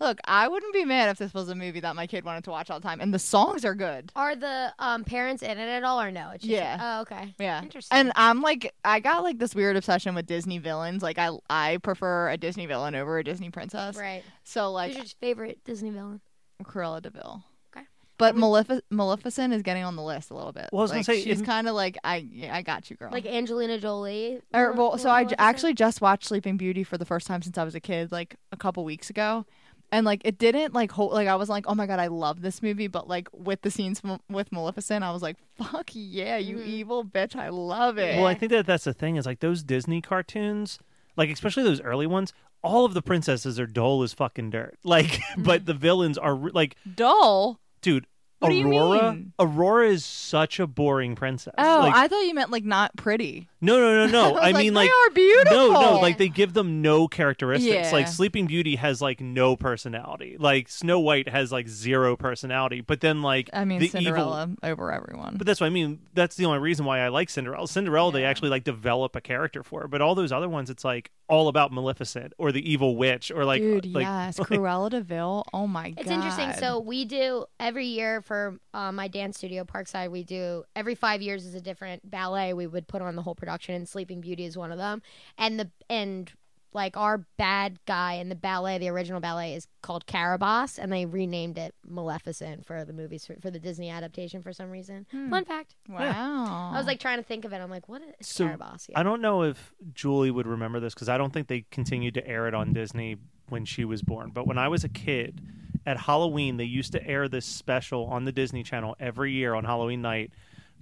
Speaker 1: look, I wouldn't be mad if this was a movie that my kid wanted to watch all the time, and the songs are good.
Speaker 2: Are the um, parents in it at all or no? It's just,
Speaker 1: Yeah.
Speaker 2: Oh, okay.
Speaker 1: Yeah.
Speaker 2: Interesting.
Speaker 1: And I'm like, I got like this weird obsession with Disney villains. Like, I I prefer a Disney villain over a Disney princess.
Speaker 2: right.
Speaker 1: So like
Speaker 2: Who's your favorite Disney villain?
Speaker 1: Cruella Deville.
Speaker 2: Okay.
Speaker 1: But Malefic- Maleficent is getting on the list a little bit.
Speaker 3: Well, I was gonna
Speaker 1: Like,
Speaker 3: say,
Speaker 1: she's
Speaker 3: it-
Speaker 1: kind of like I, yeah, I got you, girl.
Speaker 2: Like Angelina Jolie.
Speaker 1: Or,
Speaker 2: What-
Speaker 1: well, so
Speaker 2: what-
Speaker 1: I
Speaker 2: what
Speaker 1: j-
Speaker 2: was her?
Speaker 1: actually just watched Sleeping Beauty for the first time since I was a kid, like a couple weeks ago, and like it didn't like hold. Like I was like, oh my god, I love this movie, but like with the scenes from, with Maleficent, I was like, fuck yeah, you
Speaker 2: Mhm.
Speaker 1: evil bitch, I love it.
Speaker 3: Well, I think that that's the thing is like those Disney cartoons, like especially those early ones. All of the princesses are dull as fucking dirt. Like, but the villains are re- like,
Speaker 1: Dull.
Speaker 3: dude,
Speaker 1: What do you
Speaker 3: Aurora.
Speaker 1: mean?
Speaker 3: Aurora is such a boring princess.
Speaker 1: Oh,
Speaker 3: like,
Speaker 1: I thought you meant like not pretty.
Speaker 3: no, no, no, no.
Speaker 1: I, was
Speaker 3: mean,
Speaker 1: they
Speaker 3: like,
Speaker 1: are beautiful.
Speaker 3: no, no.
Speaker 2: Yeah.
Speaker 3: Like they give them no characteristics.
Speaker 1: Yeah.
Speaker 3: Like Sleeping Beauty has like no personality. Like Snow White has like zero personality. But then like
Speaker 1: I mean
Speaker 3: the evil
Speaker 1: Cinderella over everyone.
Speaker 3: But that's what I mean. That's the only reason why I like Cinderella. Cinderella, they
Speaker 1: Yeah.
Speaker 3: actually like develop a character for. But all those other ones, it's like all about Maleficent or the evil witch or like
Speaker 1: Dude,
Speaker 3: like
Speaker 1: yes, Cruella Deville. Oh my god,
Speaker 2: It's interesting. So we do every year for uh, my dance studio, Parkside. We do every five years is a different ballet. We would put on the whole production, and Sleeping Beauty is one of them. And the and like our bad guy in the ballet, the original ballet is called Carabas, and they renamed it Maleficent for the movies for, for the Disney adaptation for some reason. Fun fact.
Speaker 1: wow,
Speaker 2: I was like trying to think of it. I'm like, what is
Speaker 3: So,
Speaker 2: Carabas? Yeah.
Speaker 3: I don't know if Julie would remember this because I don't think they continued to air it on Disney when she was born. But when I was a kid, at Halloween, they used to air this special on the Disney Channel every year on Halloween night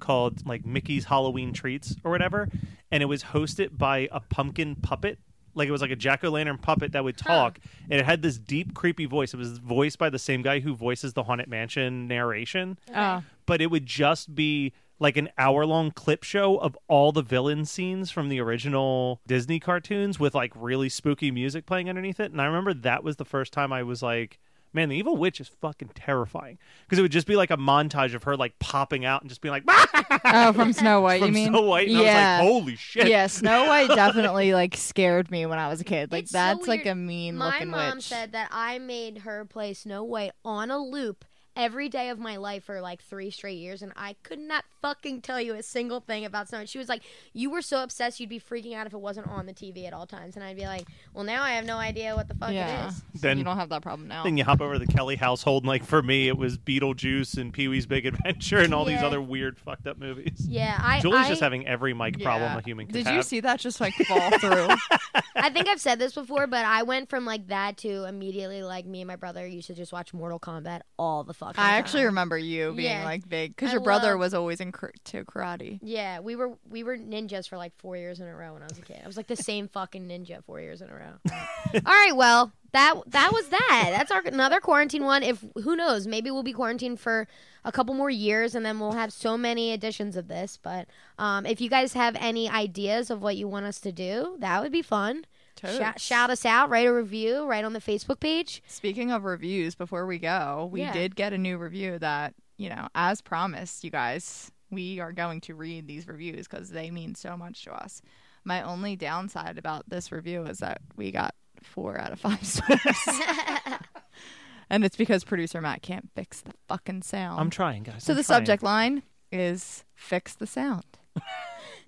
Speaker 3: called like Mickey's Halloween Treats or whatever. And it was hosted by a pumpkin puppet. Like it was like a jack o' lantern puppet that would talk, and it had this deep, creepy voice. It was voiced by the same guy who voices the Haunted Mansion narration
Speaker 1: oh.
Speaker 3: but it would just be like an hour long clip show of all the villain scenes from the original Disney cartoons with like really spooky music playing underneath it. And I remember that was the first time I was like, man, the evil witch is fucking terrifying. Because it would just be like a montage of her like popping out and just being like, "Ah!"
Speaker 1: oh, from Snow White. you
Speaker 3: from
Speaker 1: mean
Speaker 3: Snow White. And
Speaker 1: yeah.
Speaker 3: I was like, holy shit.
Speaker 1: Yeah, Snow White definitely like scared me when I was a kid. Like
Speaker 2: It's so
Speaker 1: that's like
Speaker 2: weird.
Speaker 1: a mean
Speaker 2: My
Speaker 1: looking
Speaker 2: mom
Speaker 1: witch.
Speaker 2: said that I made her play Snow White on a loop every day of my life for like three straight years, and I could not fucking tell you a single thing about Snow White. She was like, "You were so obsessed, you'd be freaking out if it wasn't on the TV at all times," and I'd be like, "Well, now I have no idea what the fuck
Speaker 1: yeah.
Speaker 2: it is."
Speaker 1: So
Speaker 3: Then-
Speaker 1: you don't have that problem now.
Speaker 3: Then you hop over to the Kelly household, and like for me, it was Beetlejuice and Pee Wee's Big Adventure and all these
Speaker 2: Yeah.
Speaker 3: other weird fucked up movies.
Speaker 2: Yeah, I
Speaker 3: Julie's
Speaker 2: I,
Speaker 3: just having every mic problem
Speaker 1: Yeah.
Speaker 3: a human could
Speaker 1: Did
Speaker 3: have.
Speaker 1: you see that just like fall through?
Speaker 2: I think I've said this before, but I went from like that to immediately like me and my brother used to just watch Mortal Kombat all the fucking.
Speaker 1: I actually
Speaker 2: time.
Speaker 1: remember you being
Speaker 2: Yeah.
Speaker 1: like big because
Speaker 2: I
Speaker 1: your brother
Speaker 2: loved-
Speaker 1: was always into karate.
Speaker 2: Yeah, we were we were ninjas for like four years in a row when I was a kid. I was like the same fucking ninja four years in a row. All right, well that that was that. That's our another quarantine one. If who knows, maybe we'll be quarantined for a couple more years, and then we'll have so many editions of this. But um, if you guys have any ideas of what you want us to do, that would be fun. Shout,
Speaker 1: Totes.
Speaker 2: shout us out, write a review, right on the Facebook page.
Speaker 1: Speaking of reviews, before we go, we
Speaker 2: Yeah.
Speaker 1: did get a new review that, you know, as promised, you guys, we are going to read these reviews because they mean so much to us. My only downside about this review is that we got four out of five stars. and it's because producer Matt can't fix the fucking sound.
Speaker 3: I'm trying, guys.
Speaker 1: so
Speaker 3: I'm
Speaker 1: the
Speaker 3: trying.
Speaker 1: subject line is Fix the Sound.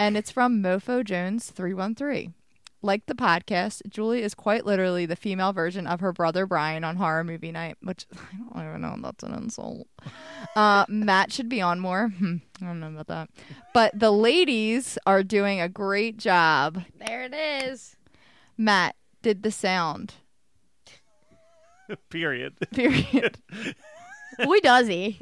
Speaker 1: and it's from Mofo Jones 313. Like the podcast, Julie is quite literally the female version of her brother Brian on horror movie night, which I don't even know if that's an insult. Uh, Matt should be on more. Hmm, I don't know about that. But the ladies are doing a great job.
Speaker 2: There it is.
Speaker 1: Matt did the sound.
Speaker 3: Period.
Speaker 1: Period.
Speaker 2: Boy, does he.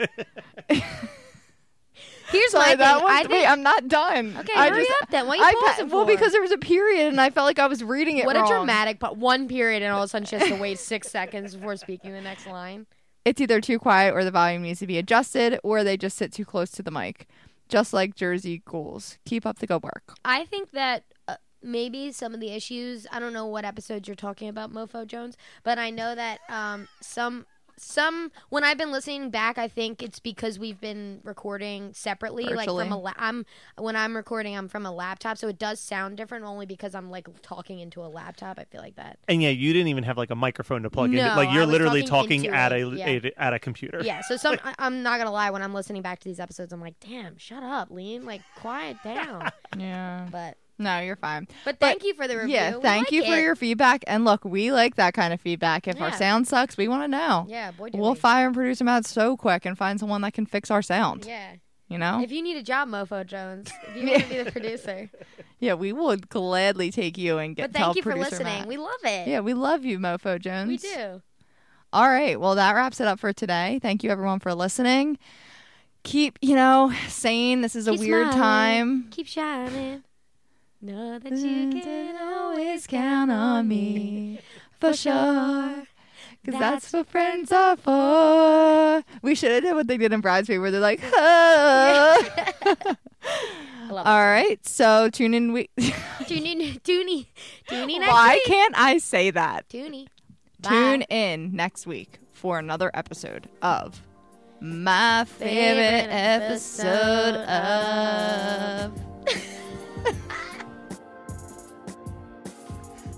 Speaker 2: Here's my
Speaker 1: Sorry,
Speaker 2: thing.
Speaker 1: that
Speaker 2: I
Speaker 1: was.
Speaker 2: think
Speaker 1: Wait, I'm not done.
Speaker 2: Okay,
Speaker 1: I
Speaker 2: hurry
Speaker 1: just-
Speaker 2: up then. Why are you
Speaker 1: I pa-
Speaker 2: pausing
Speaker 1: well,
Speaker 2: for?
Speaker 1: because there was a period, and I felt like I was reading it
Speaker 2: what
Speaker 1: wrong.
Speaker 2: a dramatic part. One period, and all of a sudden she has to wait six seconds before speaking the next line.
Speaker 1: it's either too quiet or the volume needs to be adjusted or they just sit too close to the mic. Just like Jersey ghouls. Keep up the good work.
Speaker 2: I think that uh, maybe some of the issues. I don't know what episodes you're talking about, Mofo Jones, but I know that um, some some when I've been listening back, I think it's because we've been recording separately. Like
Speaker 1: Virtually.
Speaker 2: from a la- I'm when I'm recording, I'm from a laptop, so it does sound different only because I'm like talking into a laptop. I feel like that.
Speaker 3: And yeah, you didn't even have like a microphone to plug in.
Speaker 2: No,
Speaker 3: Like
Speaker 2: I
Speaker 3: you're
Speaker 2: was
Speaker 3: literally
Speaker 2: talking
Speaker 3: talking,
Speaker 2: into
Speaker 3: at
Speaker 2: it,
Speaker 3: a,
Speaker 2: yeah.
Speaker 3: a- at a computer.
Speaker 2: Yeah, so some I, I'm not gonna lie. When I'm listening back to these episodes, I'm like, "Damn, shut up, Lean! Like, quiet down."
Speaker 1: Yeah.
Speaker 2: But
Speaker 1: No, you're fine.
Speaker 2: but thank you for the review.
Speaker 1: Yeah,
Speaker 2: We
Speaker 1: thank
Speaker 2: like
Speaker 1: you for
Speaker 2: it.
Speaker 1: your feedback. And look, we like that kind of feedback. If our
Speaker 2: Yeah.
Speaker 1: sound sucks, we want to know.
Speaker 2: yeah, boy. do
Speaker 1: We'll
Speaker 2: we.
Speaker 1: fire and produce them out so quick and find someone that can fix our sound.
Speaker 2: Yeah,
Speaker 1: You know?
Speaker 2: if you need a job, Mofo Jones, if you want to be the producer.
Speaker 1: yeah, we would gladly take you and get
Speaker 2: But
Speaker 1: tell
Speaker 2: thank you for
Speaker 1: producer
Speaker 2: listening.
Speaker 1: Matt.
Speaker 2: We love it.
Speaker 1: yeah, we love you, Mofo Jones.
Speaker 2: we do.
Speaker 1: All right. Well, that wraps it up for today. Thank you, everyone, for listening. Keep, you know, saying this is a
Speaker 2: Keep
Speaker 1: weird
Speaker 2: smiling.
Speaker 1: time.
Speaker 2: Keep shining. Know that you
Speaker 1: You
Speaker 2: can
Speaker 1: can
Speaker 2: always
Speaker 1: always count on me for sure. Because that's
Speaker 2: That's
Speaker 1: what friends are for. We should have did what they did in Bridesmaid, where they're like, oh.
Speaker 2: I love
Speaker 1: All right. So tune in. We-
Speaker 2: it. Tune in, tune in, tune in next
Speaker 1: Why
Speaker 2: week.
Speaker 1: can't I say that?
Speaker 2: Tune in. Bye.
Speaker 1: Tune in next week for another episode of my favorite
Speaker 2: Favorite
Speaker 1: episode
Speaker 2: episode
Speaker 1: of.